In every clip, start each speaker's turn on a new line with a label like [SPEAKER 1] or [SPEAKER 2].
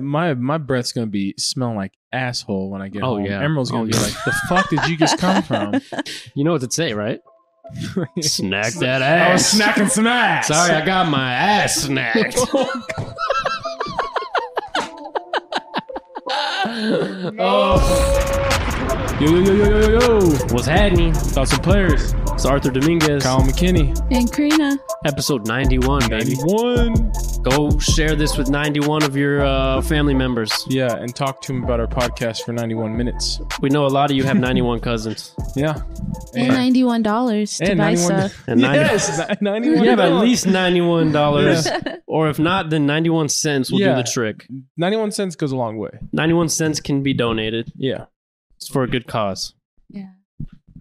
[SPEAKER 1] my my breath's gonna be smelling like asshole when I get
[SPEAKER 2] Oh,
[SPEAKER 1] home.
[SPEAKER 2] yeah.
[SPEAKER 1] Emerald's gonna
[SPEAKER 2] Oh,
[SPEAKER 1] be
[SPEAKER 2] yeah.
[SPEAKER 1] like, "The fuck did you just come from?"
[SPEAKER 2] You know what to say, right? Snack that
[SPEAKER 1] I was
[SPEAKER 2] ass.
[SPEAKER 1] snacking some ass.
[SPEAKER 2] Sorry, I got my ass snacked. oh,
[SPEAKER 1] Yo yo yo yo yo yo yo.
[SPEAKER 2] what's happening?
[SPEAKER 1] Thoughts and players.
[SPEAKER 2] It's Arthur Dominguez,
[SPEAKER 1] Kyle McKinney.
[SPEAKER 3] And Karina.
[SPEAKER 2] episode 91, baby.
[SPEAKER 1] Ninety-one.
[SPEAKER 2] Go share this with 91 of your uh, family members.
[SPEAKER 1] Yeah, and talk to him about our podcast for ninety-one minutes.
[SPEAKER 2] We know a lot of you have 91 cousins.
[SPEAKER 1] Yeah.
[SPEAKER 3] And ninety-one dollars to
[SPEAKER 1] and
[SPEAKER 3] buy
[SPEAKER 1] 91
[SPEAKER 3] stuff.
[SPEAKER 2] And 90
[SPEAKER 1] Yes, ninety-one.
[SPEAKER 2] You have at least $91. Or if not, then 91 cents will
[SPEAKER 1] Yeah.
[SPEAKER 2] do the trick.
[SPEAKER 1] ninety-one cents goes a long way.
[SPEAKER 2] 91 cents can be donated.
[SPEAKER 1] Yeah.
[SPEAKER 2] It's for a good cause.
[SPEAKER 3] Yeah.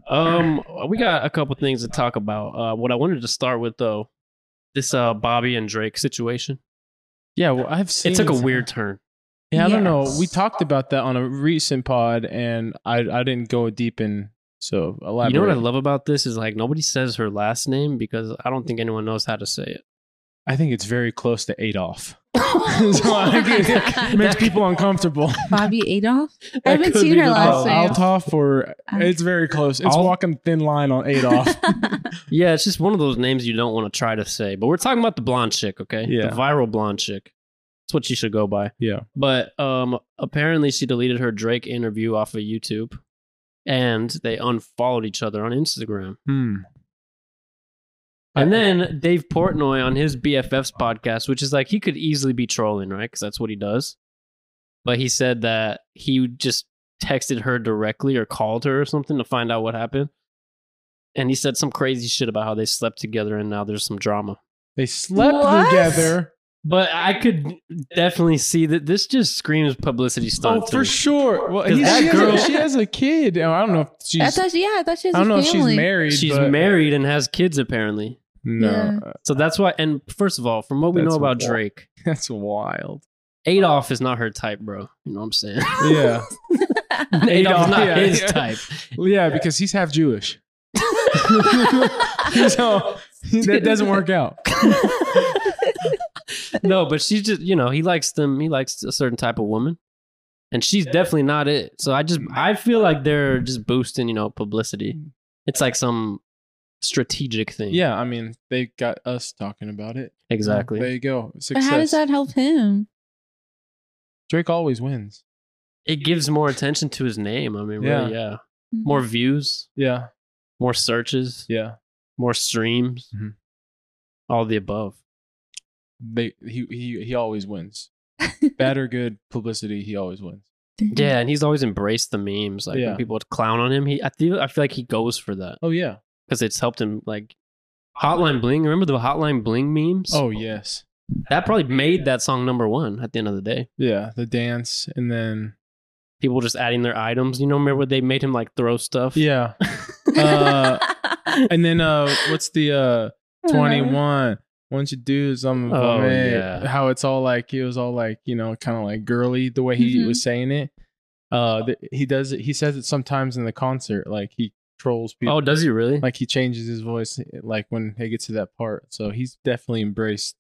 [SPEAKER 2] Um, we got a couple things to talk about. Uh, what I wanted to start with though, this uh Bobby and Drake situation.
[SPEAKER 1] Yeah. Well, I've seen.
[SPEAKER 2] It took a weird turn.
[SPEAKER 1] Yeah, I don't know.
[SPEAKER 3] Yes.
[SPEAKER 1] We talked about that on a recent pod, and I I didn't go deep in. So elaborate.
[SPEAKER 2] You know what I love about this is like nobody says her last name because I don't think anyone knows how to say it.
[SPEAKER 1] I think it's very close to Adolf. so I think it makes people uncomfortable.
[SPEAKER 3] Bobby Adolf. I
[SPEAKER 2] That
[SPEAKER 3] haven't
[SPEAKER 2] could
[SPEAKER 3] seen
[SPEAKER 2] be
[SPEAKER 3] her
[SPEAKER 2] the
[SPEAKER 3] last
[SPEAKER 1] Al-
[SPEAKER 2] problem.
[SPEAKER 3] name.
[SPEAKER 1] Althoff or it's very close. It's
[SPEAKER 2] Al-
[SPEAKER 1] walking thin line on Adolf.
[SPEAKER 2] Yeah, it's just one of those names you don't want to try to say. But we're talking about the blonde chick, okay?
[SPEAKER 1] Yeah.
[SPEAKER 2] The viral blonde chick. That's what she should go by.
[SPEAKER 1] Yeah.
[SPEAKER 2] But um apparently she deleted her Drake interview off of YouTube and they unfollowed each other on Instagram.
[SPEAKER 1] Hmm.
[SPEAKER 2] And then Dave Portnoy on his BFFs podcast, which is like he could easily be trolling, right? Because that's what he does. But he said that he just texted her directly or called her or something to find out what happened. And he said some crazy shit about how they slept together and now there's some drama.
[SPEAKER 1] They slept
[SPEAKER 3] What?
[SPEAKER 1] together.
[SPEAKER 2] But I could definitely see that this just screams publicity
[SPEAKER 1] Oh,
[SPEAKER 2] stunt. to
[SPEAKER 1] for
[SPEAKER 2] me.
[SPEAKER 1] sure. Well,
[SPEAKER 2] 'Cause
[SPEAKER 1] he-
[SPEAKER 2] that
[SPEAKER 1] she,
[SPEAKER 2] girl-
[SPEAKER 1] has a, she has a kid. Oh, I don't know if she's.
[SPEAKER 3] I thought, yeah, I thought she
[SPEAKER 1] I
[SPEAKER 3] was
[SPEAKER 1] don't know
[SPEAKER 3] a
[SPEAKER 1] if she's
[SPEAKER 3] family.
[SPEAKER 1] married.
[SPEAKER 2] She's
[SPEAKER 1] but-
[SPEAKER 2] married and has kids apparently.
[SPEAKER 1] No,
[SPEAKER 3] Yeah.
[SPEAKER 2] So that's why. And first of all, from what we
[SPEAKER 1] That's
[SPEAKER 2] know about
[SPEAKER 1] wild.
[SPEAKER 2] Drake,
[SPEAKER 1] that's wild.
[SPEAKER 2] Adolf is not her type, bro. You know what I'm saying?
[SPEAKER 1] Yeah,
[SPEAKER 2] Adolf's not
[SPEAKER 1] yeah,
[SPEAKER 2] his
[SPEAKER 1] yeah.
[SPEAKER 2] type.
[SPEAKER 1] yeah, because he's half Jewish. so that doesn't work out.
[SPEAKER 2] No, but she's just you know he likes them. He likes a certain type of woman, and she's definitely not it. So I just I feel like they're just boosting you know publicity. It's like some strategic thing.
[SPEAKER 1] Mm. Yeah, I mean, they got us talking about it.
[SPEAKER 2] exactly.
[SPEAKER 1] There you go.
[SPEAKER 3] But
[SPEAKER 1] Success.
[SPEAKER 3] how does that help him?
[SPEAKER 1] Drake always wins.
[SPEAKER 2] it gives more attention to his name. I mean, really, yeah, more views,
[SPEAKER 1] Yeah.
[SPEAKER 2] more searches,
[SPEAKER 1] Yeah.
[SPEAKER 2] more streams,
[SPEAKER 1] Mhm.
[SPEAKER 2] all the above.
[SPEAKER 1] They he he he always wins. Bad or good publicity, he always wins.
[SPEAKER 2] Yeah, and he's always embraced the memes. Like
[SPEAKER 1] Yeah.
[SPEAKER 2] when people would clown on him, he I feel I feel like he goes for that
[SPEAKER 1] Oh yeah.
[SPEAKER 2] because it's helped him. Like Hotline Bling, remember the Hotline Bling memes?
[SPEAKER 1] Oh yes.
[SPEAKER 2] that probably made that song number one at the end of the day.
[SPEAKER 1] Yeah. The dance and then
[SPEAKER 2] People just adding their items. You know, remember when they made him like throw stuff?
[SPEAKER 1] yeah. Uh, and then uh, what's the uh twenty one? Once you do something for
[SPEAKER 2] Oh,
[SPEAKER 1] me,
[SPEAKER 2] yeah.
[SPEAKER 1] how it's all like it was all like you know kind of like girly the way he
[SPEAKER 2] Mm-hmm.
[SPEAKER 3] Mhm.
[SPEAKER 1] was saying it. Uh, th- he does it. He says it sometimes in the concert, like he trolls people.
[SPEAKER 2] Oh, does he really?
[SPEAKER 1] like he changes his voice like when he gets to that part so he's definitely embraced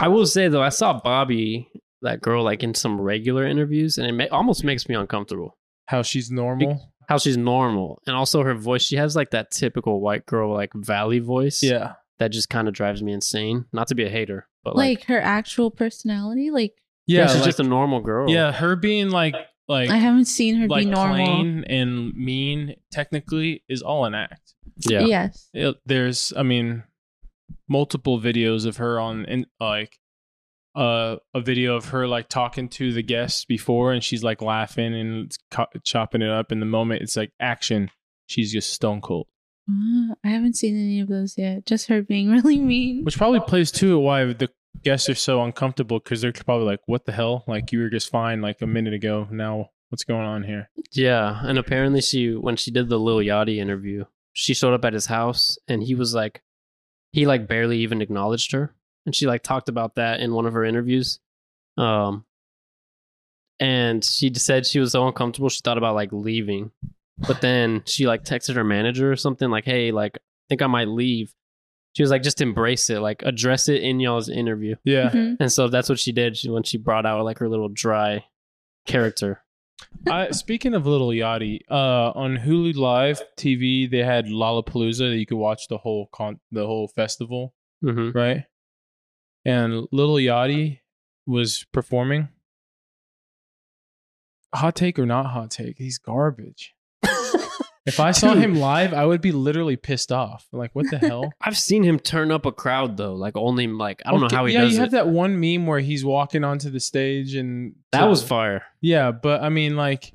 [SPEAKER 2] I will say though, I saw Bobby, that girl, like in some regular interviews, and it ma- almost makes me uncomfortable.
[SPEAKER 1] how she's normal
[SPEAKER 2] How she's normal, and also her voice. She has like that typical white girl, like valley voice.
[SPEAKER 1] yeah
[SPEAKER 2] that just kind of drives me insane. Not to be a hater, but like,
[SPEAKER 3] like her actual personality. Like
[SPEAKER 2] yeah,
[SPEAKER 1] yeah
[SPEAKER 2] she's
[SPEAKER 1] like-
[SPEAKER 2] just a normal girl.
[SPEAKER 1] yeah her being like like
[SPEAKER 3] I haven't seen her
[SPEAKER 1] like
[SPEAKER 3] be normal.
[SPEAKER 1] plain and mean technically is all an act
[SPEAKER 2] yeah.
[SPEAKER 3] Yes.
[SPEAKER 1] It- there's i mean multiple videos of her on and like uh, a video of her like talking to the guests before and she's like laughing and co- chopping it up in the moment it's like action she's just stone cold
[SPEAKER 3] Uh, I haven't seen any of those yet. Just her being really mean.
[SPEAKER 1] Which probably plays to it why the guests are so uncomfortable because they're probably like, "What the hell? Like you were just fine like a minute ago. Now what's going on here?"
[SPEAKER 2] Yeah, and apparently she when she did the Lil Yachty interview, she showed up at his house and he was like he like barely even acknowledged her. And she like talked about that in one of her interviews. Um and she said she was so uncomfortable she thought about like leaving. But then she like texted her manager or something like, "Hey, like I think I might leave." She was like, just embrace it, like address it in y'all's interview.
[SPEAKER 1] Yeah.
[SPEAKER 3] Mhm.
[SPEAKER 2] And so that's what she did she, when she brought out like her little dry character.
[SPEAKER 1] I, speaking of Little Yachty, uh, on Hulu Live TV, they had Lollapalooza that you could watch the whole con- the whole festival,
[SPEAKER 2] Mm-hmm.
[SPEAKER 1] right? And Little Yachty was performing. Hot take or not hot take, he's garbage.
[SPEAKER 3] Mm-hmm.
[SPEAKER 1] if I saw
[SPEAKER 2] Dude.
[SPEAKER 1] him live, I would be literally pissed off. Like, what the hell?
[SPEAKER 2] I've seen him turn up a crowd though, like only like I don't
[SPEAKER 1] Okay,
[SPEAKER 2] know how he
[SPEAKER 1] yeah,
[SPEAKER 2] does
[SPEAKER 1] you
[SPEAKER 2] it.
[SPEAKER 1] have that one meme where he's walking onto the stage and
[SPEAKER 2] that was fire.
[SPEAKER 1] Yeah, but I mean, like,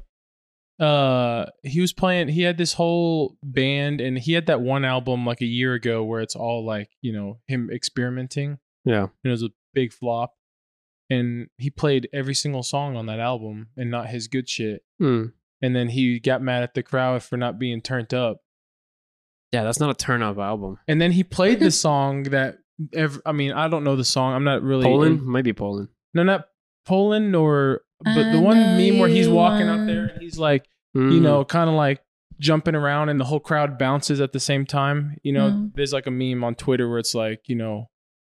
[SPEAKER 1] uh, he was playing. He had this whole band, and he had that one album like a year ago where it's all like you know him experimenting.
[SPEAKER 2] Yeah.
[SPEAKER 1] and it was a big flop. And he played every single song on that album, and not his good shit.
[SPEAKER 2] Mm.
[SPEAKER 1] And then he got mad at the crowd for not being turned up.
[SPEAKER 2] Yeah, that's not a turn up album.
[SPEAKER 1] And then he played the song that. Ev- I mean, I don't know the song. I'm not really
[SPEAKER 2] Poland, maybe Poland.
[SPEAKER 1] No, not Poland or. But
[SPEAKER 3] I
[SPEAKER 1] the one
[SPEAKER 3] know
[SPEAKER 1] meme where he's
[SPEAKER 3] you
[SPEAKER 1] walking up
[SPEAKER 3] want-
[SPEAKER 1] there and he's like.
[SPEAKER 2] Mm.
[SPEAKER 1] you know, kind of like jumping around and the whole crowd bounces at the same time. You know,
[SPEAKER 3] Mhm.
[SPEAKER 1] there's like a meme on Twitter where it's like, you know,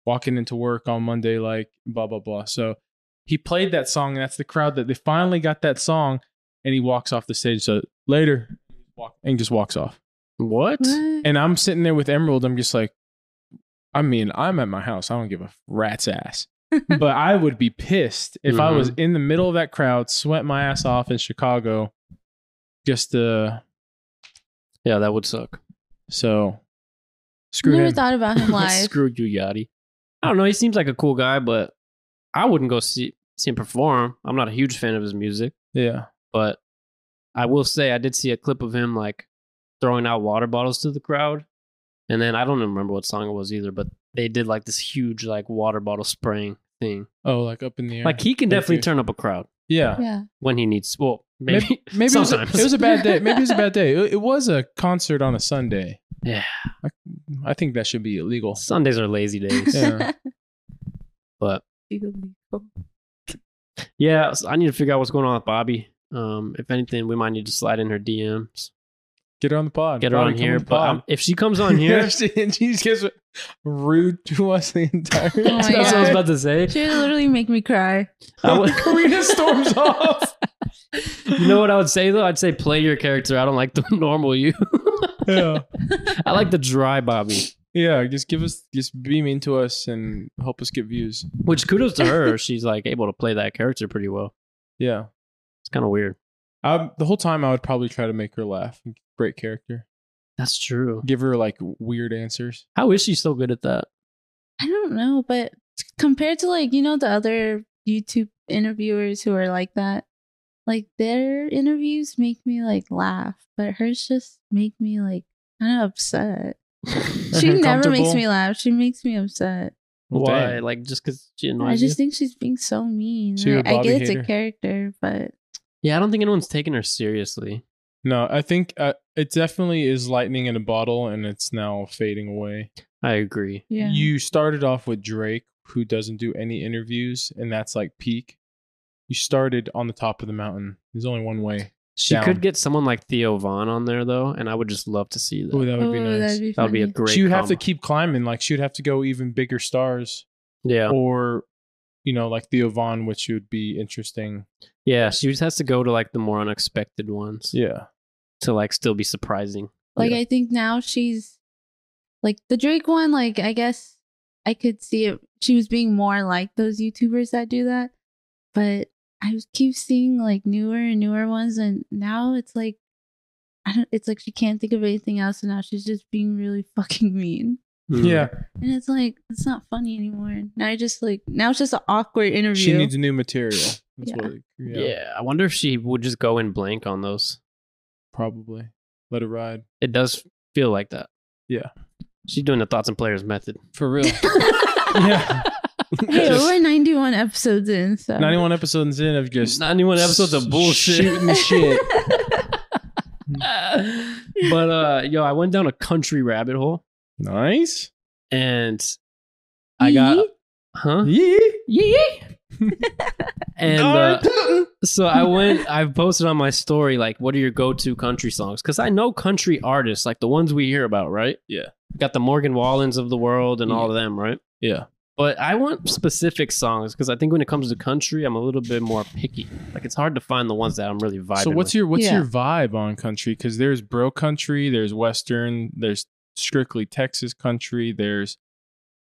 [SPEAKER 1] walking into work on Monday, like blah, blah, blah. So he played that song, and that's the crowd that they finally got that song, and he walks off the stage. So later, walk- and just walks off.
[SPEAKER 2] what?
[SPEAKER 3] What?
[SPEAKER 1] And I'm sitting there with Emerald. I'm just like, I mean, I'm at my house. I don't give a rat's ass. but I would be pissed if I was in the middle of that crowd, sweat my ass off in Chicago just to
[SPEAKER 2] Yeah, that would suck.
[SPEAKER 1] So screw
[SPEAKER 3] Never
[SPEAKER 1] him.
[SPEAKER 3] thought about him live.
[SPEAKER 2] Screw you, Yachty. I don't know. He seems like a cool guy, but I wouldn't go see see him perform. I'm not a huge fan of his music,
[SPEAKER 1] yeah.
[SPEAKER 2] but I will say I did see a clip of him like throwing out water bottles to the crowd, and then I don't even remember what song it was either. But they did like this huge like water bottle spraying thing.
[SPEAKER 1] Oh, like up in the air.
[SPEAKER 2] Like he can
[SPEAKER 1] Thank
[SPEAKER 2] definitely
[SPEAKER 1] you.
[SPEAKER 2] turn up a crowd
[SPEAKER 1] yeah.
[SPEAKER 3] yeah.
[SPEAKER 2] when he needs. Well,
[SPEAKER 1] Maybe
[SPEAKER 2] maybe
[SPEAKER 1] maybe it was, a,
[SPEAKER 2] sometimes.
[SPEAKER 1] it was a bad day. Maybe it was a bad day. It, it was a concert on a Sunday.
[SPEAKER 2] Yeah.
[SPEAKER 1] I, I think that should be illegal.
[SPEAKER 2] Sundays are lazy days,
[SPEAKER 1] Yeah.
[SPEAKER 2] but
[SPEAKER 3] Illegal.
[SPEAKER 2] Yeah, so I need to figure out what's going on with Bobby. Um, if anything, we might need to slide in her DMs,
[SPEAKER 1] Get her on the pod.
[SPEAKER 2] get her
[SPEAKER 1] Bobby,
[SPEAKER 2] on
[SPEAKER 1] come
[SPEAKER 2] here.
[SPEAKER 1] the
[SPEAKER 2] But
[SPEAKER 1] pod.
[SPEAKER 2] um, if she comes on here,
[SPEAKER 1] she, she just gets rude to us the entire
[SPEAKER 3] Oh my
[SPEAKER 2] that's what I was
[SPEAKER 1] time.
[SPEAKER 2] about to say.
[SPEAKER 3] She would literally make me cry.
[SPEAKER 2] I would-
[SPEAKER 1] Karina storms off.
[SPEAKER 2] you know what I would say though? I'd say play your character. I don't like the normal you.
[SPEAKER 1] Yeah.
[SPEAKER 2] I like the dry Bobby.
[SPEAKER 1] Yeah. Just give us, just be mean to us and help us get views.
[SPEAKER 2] Which kudos to her. She's like able to play that character pretty well.
[SPEAKER 1] Yeah.
[SPEAKER 2] It's kind of weird.
[SPEAKER 1] I, the whole time I would probably try to make her laugh. Great character.
[SPEAKER 2] That's true.
[SPEAKER 1] Give her like weird answers.
[SPEAKER 2] How is she so good at that?
[SPEAKER 3] I don't know, but compared to like, you know, the other YouTube interviewers who are like that, like their interviews make me like laugh, but hers just make me like kind of upset. She never makes
[SPEAKER 1] Uncomfortable?
[SPEAKER 3] me laugh. She makes me upset.
[SPEAKER 1] Well,
[SPEAKER 2] Why?
[SPEAKER 1] dang.
[SPEAKER 2] Like just because she
[SPEAKER 3] I
[SPEAKER 2] annoys
[SPEAKER 3] just
[SPEAKER 2] you?
[SPEAKER 3] think she's being so mean.
[SPEAKER 1] So you're a
[SPEAKER 3] Like, I
[SPEAKER 1] Bobby
[SPEAKER 3] get it's
[SPEAKER 1] hater?
[SPEAKER 3] a character, but
[SPEAKER 2] Yeah, I don't think anyone's taking her seriously.
[SPEAKER 1] No, I think uh, it definitely is lightning in a bottle, and it's now fading away.
[SPEAKER 2] I agree.
[SPEAKER 3] yeah.
[SPEAKER 1] You started off with Drake, who doesn't do any interviews, and that's like peak. You started on the top of the mountain. There's only one way.
[SPEAKER 2] She
[SPEAKER 1] down.
[SPEAKER 2] could get someone like Theo Vaughn on there though, and I would just love to see that.
[SPEAKER 1] Oh, that would be
[SPEAKER 3] Ooh,
[SPEAKER 1] nice.
[SPEAKER 3] that'd be
[SPEAKER 2] that would be a
[SPEAKER 3] funny.
[SPEAKER 2] great.
[SPEAKER 1] she would have to
[SPEAKER 2] combo.
[SPEAKER 1] keep climbing. Like she would have to go even bigger stars,
[SPEAKER 2] Yeah,
[SPEAKER 1] or you know, like Theo Vaughn, which would be interesting.
[SPEAKER 2] yeah. She just has to go to like the more unexpected ones
[SPEAKER 1] Yeah,
[SPEAKER 2] to like still be surprising.
[SPEAKER 3] Like
[SPEAKER 1] Yeah.
[SPEAKER 3] I think now she's like the Drake one, like I guess I could see it she was being more like those YouTubers that do that. But I was- keep seeing like newer and newer ones and now it's like I don't it's like she can't think of anything else and now she's just being really fucking mean.
[SPEAKER 1] yeah.
[SPEAKER 3] And it's like it's not funny anymore. Now I just like now it's just an awkward interview.
[SPEAKER 1] She needs new material. That's
[SPEAKER 3] Yeah.
[SPEAKER 1] what it-
[SPEAKER 2] Mm. yeah,
[SPEAKER 1] yeah,
[SPEAKER 2] I wonder if she would just go in blank on those.
[SPEAKER 1] probably. Let it ride
[SPEAKER 2] It does feel like that.
[SPEAKER 1] Yeah.
[SPEAKER 2] she's doing the thoughts and players method.
[SPEAKER 1] for real. yeah,
[SPEAKER 3] hey, we're ninety one episodes in, so
[SPEAKER 1] 91 episodes in of just
[SPEAKER 2] Not anyone episodes of bullshit.
[SPEAKER 1] shooting shit.
[SPEAKER 2] but uh, yo, I went down a country rabbit hole
[SPEAKER 1] nice.
[SPEAKER 2] and I got huh.
[SPEAKER 1] Yeah.
[SPEAKER 2] And uh, so I went. I've posted on my story like, what are your go-to country songs? Because I know country artists, like the ones we hear about, right?
[SPEAKER 1] Yeah.
[SPEAKER 2] got the Morgan Wallens of the world and all of them, right?
[SPEAKER 1] Yeah.
[SPEAKER 2] But I want specific songs because I think when it comes to country, I'm a little bit more picky. Like it's hard to find the ones that I'm really vibing.
[SPEAKER 1] So what's your what's
[SPEAKER 3] Yeah.
[SPEAKER 1] your vibe on country? Because there's bro country, there's western, there's strictly Texas country, there's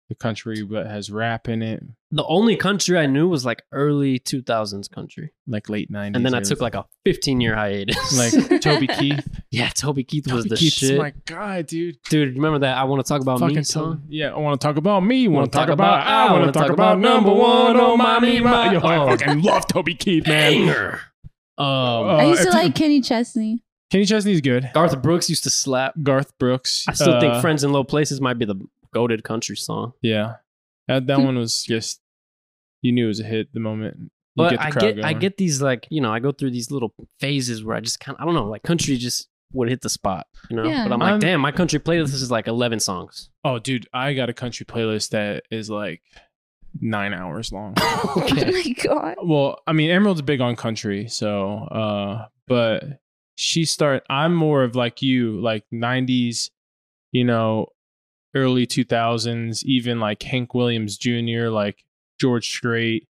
[SPEAKER 1] the country that has rap in it,
[SPEAKER 2] the only country I knew was like early 2000s country,
[SPEAKER 1] like late nineties.
[SPEAKER 2] and then I took like a 15 year hiatus.
[SPEAKER 1] like Toby Keith.
[SPEAKER 2] yeah, Toby Keith was
[SPEAKER 1] Toby
[SPEAKER 2] the
[SPEAKER 1] Keith's
[SPEAKER 2] shit,
[SPEAKER 1] my guy, dude.
[SPEAKER 2] dude. Remember that I want to talk about me
[SPEAKER 1] Fucking
[SPEAKER 2] song.
[SPEAKER 1] Toby- Yeah, I want to talk about me.
[SPEAKER 2] Wanna
[SPEAKER 1] Want to talk about I want to talk about number one. Oh my me my. Yo, I
[SPEAKER 2] Oh.
[SPEAKER 1] fucking love Toby Keith, man.
[SPEAKER 2] Um,
[SPEAKER 1] Uh,
[SPEAKER 3] I used to
[SPEAKER 1] if-
[SPEAKER 3] like Kenny Chesney.
[SPEAKER 1] Kenny Chesney's good.
[SPEAKER 2] Garth Brooks used to slap.
[SPEAKER 1] Garth Brooks.
[SPEAKER 2] I still think
[SPEAKER 1] uh,
[SPEAKER 2] "Friends in Low Places" might be the goaded country song.
[SPEAKER 1] Yeah, that that one was just you knew it was a hit the moment. You
[SPEAKER 2] But
[SPEAKER 1] the
[SPEAKER 2] I
[SPEAKER 1] crowd
[SPEAKER 2] get I
[SPEAKER 1] going.
[SPEAKER 2] get these like you know I go through these little phases where I just kind of I don't know like country just would hit the spot you know.
[SPEAKER 3] Yeah.
[SPEAKER 2] But I'm like,
[SPEAKER 1] I'm-
[SPEAKER 2] damn, my country playlist is like 11 songs.
[SPEAKER 1] Oh, dude, I got a country playlist that is like nine hours long.
[SPEAKER 3] Oh my god.
[SPEAKER 1] well, I mean, Emerald's big on country, so uh, but she start. I'm more of like you, like '90s, you know, early 2000s, even like Hank Williams Jr., like George Strait,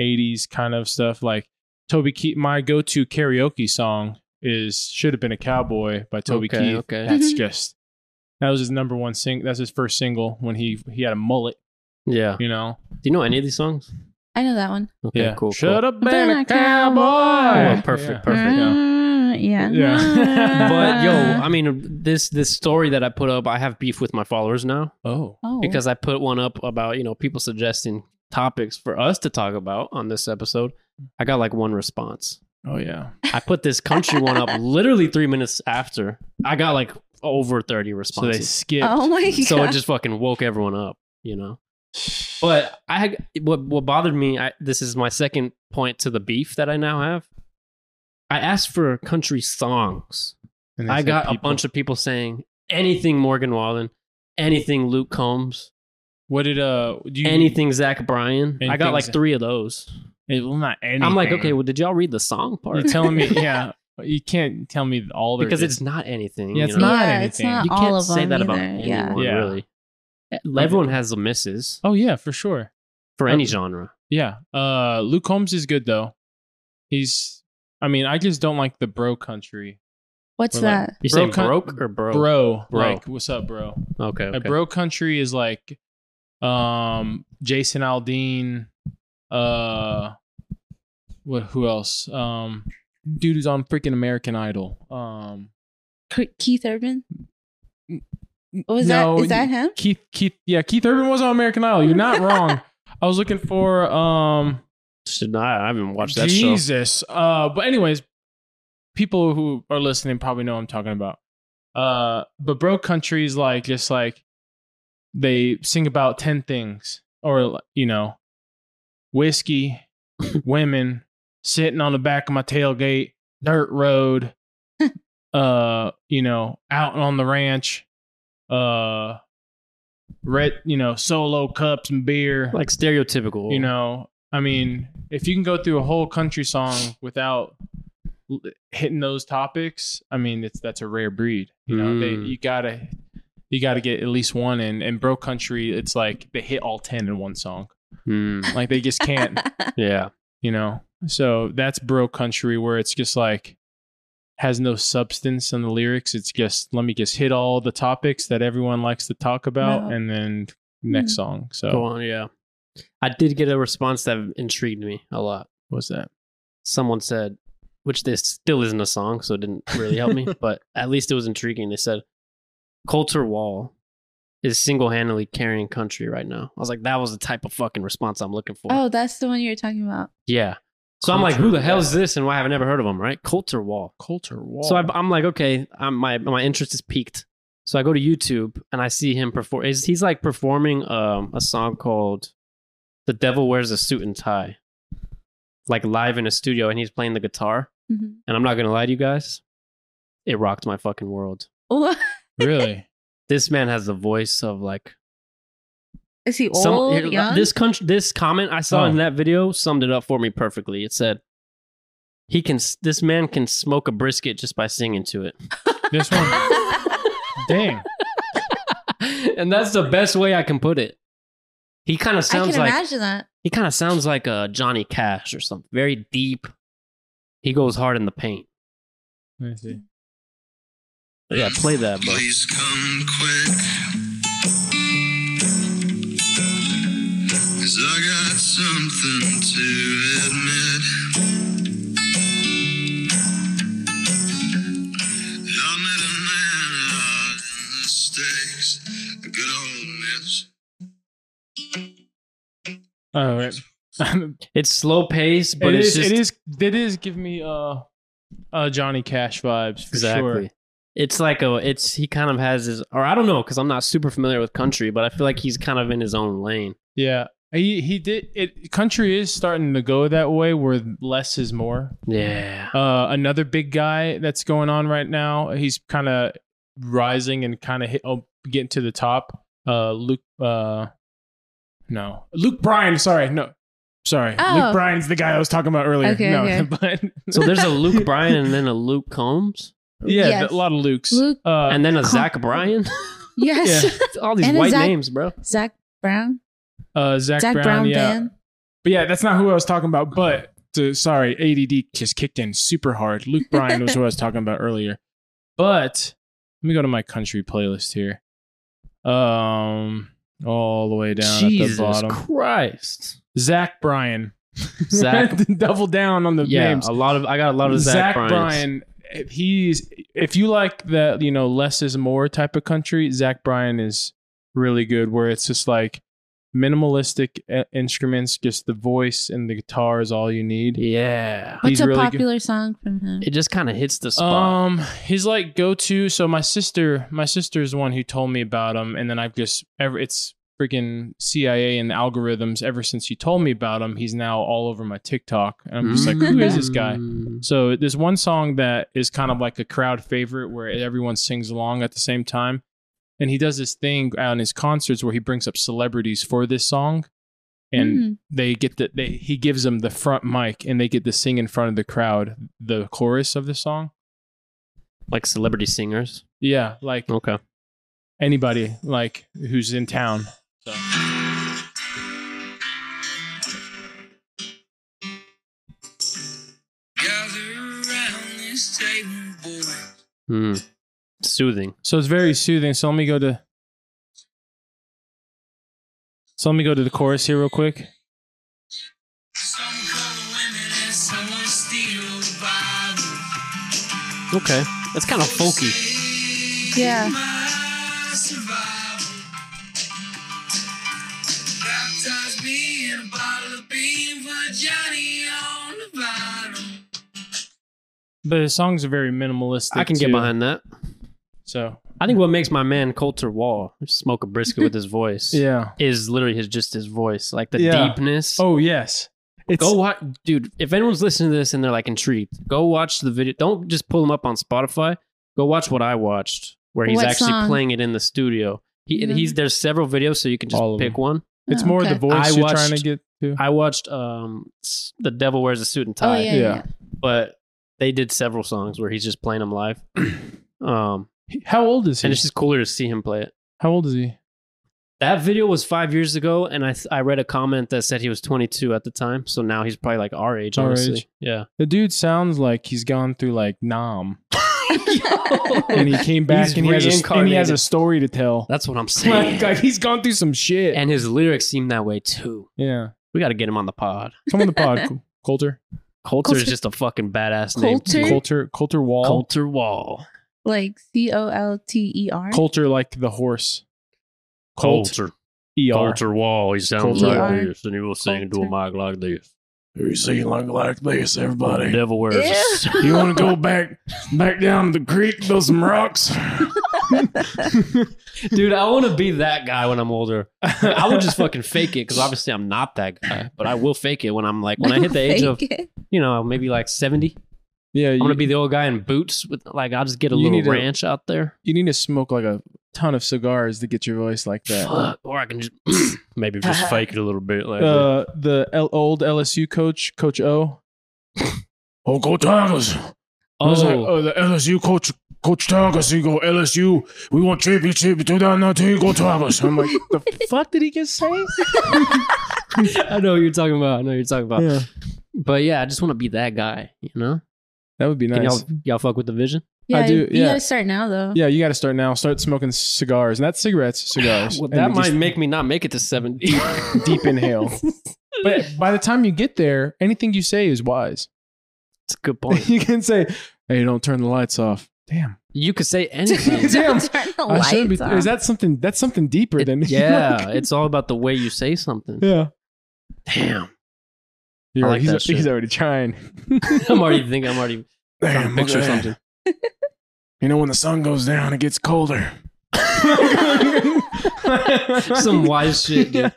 [SPEAKER 1] '80s kind of stuff. Like Toby Keith. My go-to karaoke song is "Should Have Been a Cowboy" by Toby
[SPEAKER 2] okay,
[SPEAKER 1] Keith.
[SPEAKER 2] Okay.
[SPEAKER 1] That's
[SPEAKER 3] Mhm.
[SPEAKER 1] just that was his number one sing. That's his first single when he he had a mullet.
[SPEAKER 2] Yeah. Do
[SPEAKER 1] You know,
[SPEAKER 2] you know any of these songs?
[SPEAKER 3] I know that one.
[SPEAKER 2] Okay.
[SPEAKER 1] yeah.
[SPEAKER 2] Cool.
[SPEAKER 1] Shut
[SPEAKER 2] cool.
[SPEAKER 1] up, man,
[SPEAKER 3] a
[SPEAKER 1] a cowboy.
[SPEAKER 2] Oh, perfect,
[SPEAKER 1] Yeah.
[SPEAKER 2] perfect.
[SPEAKER 3] Mm, yeah.
[SPEAKER 1] Yeah.
[SPEAKER 2] But yo, I mean, this this story that I put up, I have beef with my followers now
[SPEAKER 1] Oh,
[SPEAKER 3] oh.
[SPEAKER 2] because I put one up about you know people suggesting topics for us to talk about on this episode. I got like one response.
[SPEAKER 1] oh yeah.
[SPEAKER 2] I put this country one up literally three minutes after. I got like over 30
[SPEAKER 1] So they
[SPEAKER 2] responses.
[SPEAKER 1] skipped.
[SPEAKER 3] oh my god.
[SPEAKER 2] So, it just fucking woke everyone up, you know? But I had, what, what bothered me, I, this is my second point to the beef that I now have. I asked for country songs.
[SPEAKER 1] And they
[SPEAKER 2] I
[SPEAKER 1] said
[SPEAKER 2] got a
[SPEAKER 1] people-
[SPEAKER 2] bunch of people saying anything Morgan Wallen, anything Luke Combs,
[SPEAKER 1] What did uh? Do you,
[SPEAKER 2] anything Zach Bryan. I got
[SPEAKER 1] Anything
[SPEAKER 2] like
[SPEAKER 1] Zac-
[SPEAKER 2] three of those.
[SPEAKER 1] It, well, not anything.
[SPEAKER 2] I'm like, okay, well, did y'all read the song
[SPEAKER 1] you're
[SPEAKER 2] part?
[SPEAKER 1] telling me, yeah, you can't tell me all there
[SPEAKER 2] because
[SPEAKER 1] is.
[SPEAKER 2] it's not anything.
[SPEAKER 1] Yeah,
[SPEAKER 2] you
[SPEAKER 1] it's
[SPEAKER 2] know?
[SPEAKER 1] not
[SPEAKER 3] yeah, it's
[SPEAKER 1] anything.
[SPEAKER 3] not
[SPEAKER 2] you
[SPEAKER 3] all
[SPEAKER 2] can't
[SPEAKER 3] of
[SPEAKER 2] say
[SPEAKER 3] them
[SPEAKER 2] that about
[SPEAKER 3] either. Yeah.
[SPEAKER 2] anyone
[SPEAKER 1] Yeah.
[SPEAKER 2] really. Everyone has a misses
[SPEAKER 1] Oh yeah, for sure.
[SPEAKER 2] for any
[SPEAKER 1] Okay.
[SPEAKER 2] genre.
[SPEAKER 1] Yeah. Uh, Luke Holmes is good though. He's. I mean, I just don't like the bro country.
[SPEAKER 3] What's
[SPEAKER 1] We're like-
[SPEAKER 3] that?
[SPEAKER 2] You
[SPEAKER 1] Bro
[SPEAKER 2] say
[SPEAKER 1] con-
[SPEAKER 2] broke or bro?
[SPEAKER 1] Bro,
[SPEAKER 2] Bro.
[SPEAKER 1] like, what's up, bro?
[SPEAKER 2] Okay, okay.
[SPEAKER 1] A bro country is like um Jason Aldean uh what who else? Um dude who's on freaking American Idol. Um
[SPEAKER 3] Ke- Keith Urban?
[SPEAKER 1] N-
[SPEAKER 3] Was
[SPEAKER 1] no,
[SPEAKER 3] that is that him?
[SPEAKER 1] Keith Keith yeah, Keith Urban was on American Idol. You're not wrong. I was looking for um
[SPEAKER 2] Should not- I haven't watched that show.
[SPEAKER 1] Jesus. Uh but anyways, people who are listening probably know what I'm talking about. Uh but bro country is like just like they sing about 10 things or you know, whiskey, women, sitting on the back of my tailgate, dirt road, uh, you know, out on the ranch, uh red, you know, solo cups and beer
[SPEAKER 2] Like stereotypical.
[SPEAKER 1] you know i mean if you can go through a whole country song without l- hitting those topics i mean it's that's a rare breed you know
[SPEAKER 2] Mm.
[SPEAKER 1] they, you gotta you gotta get at least one in and bro country it's like they hit all 10 in one song
[SPEAKER 2] Hmm,
[SPEAKER 1] like they just can't
[SPEAKER 2] yeah.
[SPEAKER 1] you know so that's bro country where it's just like has no substance in the lyrics it's just let me just hit all the topics that everyone likes to talk about
[SPEAKER 3] Wow.
[SPEAKER 1] and then next
[SPEAKER 2] Mm.
[SPEAKER 3] Hmm.
[SPEAKER 1] song
[SPEAKER 2] Go
[SPEAKER 1] so
[SPEAKER 2] on. Yeah. I did get a response that intrigued me a lot.
[SPEAKER 1] what's that
[SPEAKER 2] Someone said, which this still isn't a song, so it didn't really help me, but at least it was intriguing. They said, Coulter Wall is single handedly carrying country right now. I was like, that was the type of fucking response I'm looking for.
[SPEAKER 3] Oh, that's the one you were talking about.
[SPEAKER 2] Yeah. So I'm like,
[SPEAKER 1] Coulter
[SPEAKER 2] who the hell is
[SPEAKER 1] Wall.
[SPEAKER 2] this, and why have I never heard of him? Right, Coulter Wall.
[SPEAKER 1] coulter wall
[SPEAKER 2] So I, I'm like, okay, I'm, my my interest is peaked. So I go to YouTube and I see him perform. He's, he's like performing um, a song called "The Devil Wears a Suit and Tie," like live in a studio, and he's playing the guitar.
[SPEAKER 3] Mhm.
[SPEAKER 2] And I'm not gonna lie to you guys, it rocked my fucking world.
[SPEAKER 3] What?
[SPEAKER 1] really
[SPEAKER 2] This man has the voice of like
[SPEAKER 3] Is he old?
[SPEAKER 2] Some- here,
[SPEAKER 3] young?
[SPEAKER 2] This country, this comment I saw
[SPEAKER 1] Oh.
[SPEAKER 2] in that video summed it up for me perfectly. It said, "He can. s- This man can smoke a brisket just by singing to it."
[SPEAKER 1] This one, dang.
[SPEAKER 2] and that's the best way I can put it. He kind of
[SPEAKER 3] I
[SPEAKER 2] sounds
[SPEAKER 3] can
[SPEAKER 2] like
[SPEAKER 3] imagine that.
[SPEAKER 2] he kind of sounds like a Johnny Cash or something. Very deep. He goes hard in the paint.
[SPEAKER 1] I see.
[SPEAKER 2] But yeah, play that, bro.
[SPEAKER 4] Please come quick. 'Cause I got something to admit. I met a man out in the States, a good old miss.
[SPEAKER 1] All Oh, right.
[SPEAKER 2] It's slow pace, but
[SPEAKER 1] it
[SPEAKER 2] it's
[SPEAKER 1] is.
[SPEAKER 2] just
[SPEAKER 1] it is. It is. Give me uh, uh, Johnny Cash vibes for
[SPEAKER 2] exactly.
[SPEAKER 1] sure.
[SPEAKER 2] It's like a it's he kind of has his or I don't know because I'm not super familiar with country, but I feel like he's kind of in his own lane.
[SPEAKER 1] Yeah. He he did it. Country is starting to go that way, where less is more.
[SPEAKER 2] Yeah.
[SPEAKER 1] Uh, another big guy that's going on right now. He's kind of rising and kind of hit, oh, getting to the top. Uh, Luke. Uh, no, Luke Bryan. Sorry, no, sorry.
[SPEAKER 3] Oh.
[SPEAKER 1] Luke Bryan's the guy I was talking about earlier.
[SPEAKER 3] Okay,
[SPEAKER 1] no,
[SPEAKER 3] okay.
[SPEAKER 1] but
[SPEAKER 2] So there's a Luke Bryan and then a Luke Combs
[SPEAKER 1] yeah,
[SPEAKER 3] Yes.
[SPEAKER 1] a lot of Lukes.
[SPEAKER 3] Luke-
[SPEAKER 1] Uh,
[SPEAKER 2] and then a
[SPEAKER 3] Com-
[SPEAKER 2] Zach Bryan.
[SPEAKER 3] Yes.
[SPEAKER 2] All these
[SPEAKER 3] And a
[SPEAKER 2] white
[SPEAKER 3] Zach-
[SPEAKER 2] names, bro.
[SPEAKER 3] Zach Brown.
[SPEAKER 1] uh, Zach,
[SPEAKER 3] Zach
[SPEAKER 1] Brown.
[SPEAKER 3] Brown,
[SPEAKER 1] yeah,
[SPEAKER 3] band.
[SPEAKER 1] but yeah, that's not who I was talking about. But to, sorry, ADD just kicked in super hard. Luke Bryan was who I was talking about earlier. But let me go to my country playlist here. Um, all the way down at the
[SPEAKER 2] Jesus
[SPEAKER 1] bottom.
[SPEAKER 2] Christ.
[SPEAKER 1] Zach Bryan.
[SPEAKER 2] Zach-
[SPEAKER 1] Double down on the
[SPEAKER 2] yeah,
[SPEAKER 1] names.
[SPEAKER 2] a lot of I got a lot of
[SPEAKER 1] Zach
[SPEAKER 2] Zach, Bryans.
[SPEAKER 1] Bryan. If he's if you like that, you know, less is more type of country, Zach Bryan is really good where it's just like minimalistic uh, instruments, just the voice and the guitar is all you need.
[SPEAKER 2] Yeah.
[SPEAKER 1] He's
[SPEAKER 3] What's a
[SPEAKER 1] really good.
[SPEAKER 3] popular song from him?
[SPEAKER 2] It just kind of hits the spot.
[SPEAKER 1] Um, his like go to. So my sister, my sister's the one who told me about him, and then I've just ever it's freaking CIA and algorithms. Ever since you told me about him, he's now all over my TikTok, and Um, I'm just like, who is this guy?
[SPEAKER 2] Mm.
[SPEAKER 1] So there's one song that is kind of like a crowd favorite where everyone sings along at the same time. And he does this thing on his concerts where he brings up celebrities for this song. And
[SPEAKER 3] Mhm.
[SPEAKER 1] they get the they he gives them the front mic and they get to sing in front of the crowd the chorus of the song.
[SPEAKER 2] Like celebrity singers.
[SPEAKER 1] Yeah, like
[SPEAKER 2] Okay.
[SPEAKER 1] anybody like who's in town. So
[SPEAKER 4] Gather around this table, boy.
[SPEAKER 2] Hmm. Soothing.
[SPEAKER 1] so it's very soothing. So let me go to So let me go to the chorus here real quick.
[SPEAKER 4] Some color women and someone steals Bible.
[SPEAKER 2] Okay. That's
[SPEAKER 4] Oh,
[SPEAKER 2] kind of folky.
[SPEAKER 3] Yeah.
[SPEAKER 4] My survival. Baptize me in a bottle of bean for Johnny on the bottom.
[SPEAKER 1] But his songs are very minimalistic.
[SPEAKER 2] I can get
[SPEAKER 1] too.
[SPEAKER 2] behind that.
[SPEAKER 1] So
[SPEAKER 2] I think what makes my man Coulter Wall smoke a brisket with his voice
[SPEAKER 1] yeah.
[SPEAKER 2] is literally his just his voice, like the
[SPEAKER 1] Yeah.
[SPEAKER 2] deepness.
[SPEAKER 1] Oh yes. It's
[SPEAKER 2] go watch, dude. If anyone's listening to this and they're like intrigued, go watch the video. Don't just pull them up on Spotify. Go watch what I watched, where he's
[SPEAKER 3] What
[SPEAKER 2] actually
[SPEAKER 3] song?
[SPEAKER 2] playing it in the studio. He,
[SPEAKER 3] Yeah.
[SPEAKER 2] he's there's several videos, so you can just
[SPEAKER 1] All of
[SPEAKER 2] pick
[SPEAKER 1] them.
[SPEAKER 2] one.
[SPEAKER 1] it's
[SPEAKER 3] Oh,
[SPEAKER 1] more
[SPEAKER 3] okay.
[SPEAKER 1] the voice
[SPEAKER 2] I
[SPEAKER 1] you're
[SPEAKER 2] watched-
[SPEAKER 1] trying to get to.
[SPEAKER 2] I watched um s- the Devil Wears a Suit and
[SPEAKER 3] Oh
[SPEAKER 2] Tie,
[SPEAKER 3] yeah,
[SPEAKER 1] Yeah.
[SPEAKER 3] yeah.
[SPEAKER 2] but they did several songs where he's just playing them live. um,
[SPEAKER 1] How old is he?
[SPEAKER 2] and it's just cooler to see him play it.
[SPEAKER 1] How old is he?
[SPEAKER 2] That video was five years ago, and I th- I read a comment that said he was 22 at the time, so now he's probably like our age,
[SPEAKER 1] Our
[SPEAKER 2] honestly.
[SPEAKER 1] age.
[SPEAKER 2] Yeah,
[SPEAKER 1] The dude sounds like he's gone through like Nam, and
[SPEAKER 3] yeah.
[SPEAKER 1] he came back
[SPEAKER 2] He's
[SPEAKER 1] and he, has a, and he has a
[SPEAKER 2] reincarnated.
[SPEAKER 1] story to tell.
[SPEAKER 2] that's what I'm
[SPEAKER 1] Like,
[SPEAKER 2] saying.
[SPEAKER 1] like, he's gone through some shit.
[SPEAKER 2] and his lyrics seem that way too.
[SPEAKER 1] yeah,
[SPEAKER 2] We got to get him on the pod.
[SPEAKER 1] come on the pod, Col- Coulter,
[SPEAKER 2] Coulter is
[SPEAKER 3] Coulter-
[SPEAKER 2] just a fucking badass
[SPEAKER 3] Coulter?
[SPEAKER 2] name. too.
[SPEAKER 1] Coulter, Coulter Wall,
[SPEAKER 2] Coulter Wall.
[SPEAKER 3] like C O L T E R.
[SPEAKER 1] Coulter like the horse. Colt, er.
[SPEAKER 2] Wall. He sounds
[SPEAKER 1] Coulter.
[SPEAKER 3] Yeah.
[SPEAKER 2] this, and he was
[SPEAKER 3] Coulter.
[SPEAKER 2] mic like this.
[SPEAKER 1] You see, like like this, everybody.
[SPEAKER 2] devil wears
[SPEAKER 3] Ew.
[SPEAKER 2] suit.
[SPEAKER 1] You want to go back back down to the creek, build some rocks?
[SPEAKER 2] Dude, I want to be that guy when I'm older. I would just fucking fake it because obviously I'm not that guy, but I will fake it when I'm like, when I hit the age of,
[SPEAKER 3] Fake it.
[SPEAKER 2] you know, maybe like 70.
[SPEAKER 1] yeah,
[SPEAKER 2] I'm
[SPEAKER 1] you,
[SPEAKER 2] gonna be the old guy in boots with like I'll just get a
[SPEAKER 1] You
[SPEAKER 2] little
[SPEAKER 1] need to-
[SPEAKER 2] ranch out there.
[SPEAKER 1] you need to smoke like a ton of cigars to get your voice like that.
[SPEAKER 2] Fuck. Or I can just maybe just fake it a little bit like
[SPEAKER 1] Uh, the L- old LSU coach, Coach O. oh, go Tigers! I was like,
[SPEAKER 2] Oh,
[SPEAKER 1] oh, the LSU coach, Coach Tigers, he go LSU. We want championship 2019. Go Tigers! I'm like, the fuck did he just say?
[SPEAKER 2] I know what you're talking about. I know what you're talking about.
[SPEAKER 1] Yeah,
[SPEAKER 2] But yeah, I just want to be that guy. You know?
[SPEAKER 1] that would be
[SPEAKER 2] Can
[SPEAKER 1] nice.
[SPEAKER 2] y'all y'all fuck with the vision?
[SPEAKER 3] Yeah,
[SPEAKER 1] I do-
[SPEAKER 3] you
[SPEAKER 1] yeah.
[SPEAKER 3] gotta start now though.
[SPEAKER 1] Yeah, you got to start now. Start smoking cigars, not cigarettes, cigars.
[SPEAKER 2] Well,
[SPEAKER 1] And
[SPEAKER 2] that
[SPEAKER 1] just
[SPEAKER 2] might make me not make it to seventy.
[SPEAKER 1] deep inhale. But by the time you get there, anything you say is wise.
[SPEAKER 2] It's a good point.
[SPEAKER 1] you can say, "Hey, don't turn the lights off." Damn,
[SPEAKER 2] You could say anything.
[SPEAKER 3] Don't
[SPEAKER 1] Damn.
[SPEAKER 3] turn the
[SPEAKER 1] I shouldn't
[SPEAKER 3] lights
[SPEAKER 1] be-
[SPEAKER 3] off.
[SPEAKER 1] Is that something? That's something deeper
[SPEAKER 2] It-
[SPEAKER 1] than
[SPEAKER 2] yeah, it's all about the way you say something.
[SPEAKER 1] yeah.
[SPEAKER 2] Damn,
[SPEAKER 1] You're
[SPEAKER 2] like
[SPEAKER 1] right. he's,
[SPEAKER 2] that shit.
[SPEAKER 1] he's already trying.
[SPEAKER 2] I'm already thinking. I'm already trying to picture something.
[SPEAKER 1] You know, when the sun goes down, it gets colder.
[SPEAKER 2] Some wise shit. Dude.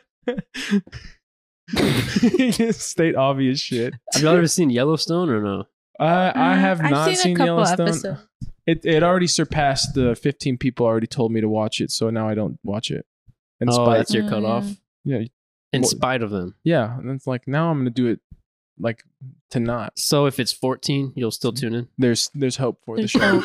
[SPEAKER 1] Just state obvious shit.
[SPEAKER 2] Have y'all ever seen Yellowstone or no?
[SPEAKER 1] I I have
[SPEAKER 3] Mm, I've
[SPEAKER 1] not
[SPEAKER 3] seen,
[SPEAKER 1] seen,
[SPEAKER 3] a couple
[SPEAKER 1] Yellowstone.
[SPEAKER 3] episodes.
[SPEAKER 1] It it already surpassed the 15 people already told me to watch it, so now I don't watch it. In
[SPEAKER 2] oh,
[SPEAKER 1] spite,
[SPEAKER 2] that's your
[SPEAKER 3] Oh,
[SPEAKER 2] cutoff.
[SPEAKER 1] yeah, yeah,
[SPEAKER 2] In
[SPEAKER 1] Well-
[SPEAKER 2] spite of them.
[SPEAKER 1] yeah. And it's like now I'm gonna do it, like to not.
[SPEAKER 2] So if it's 14, you'll still tune in.
[SPEAKER 1] There's there's hope for the
[SPEAKER 3] There's
[SPEAKER 1] show.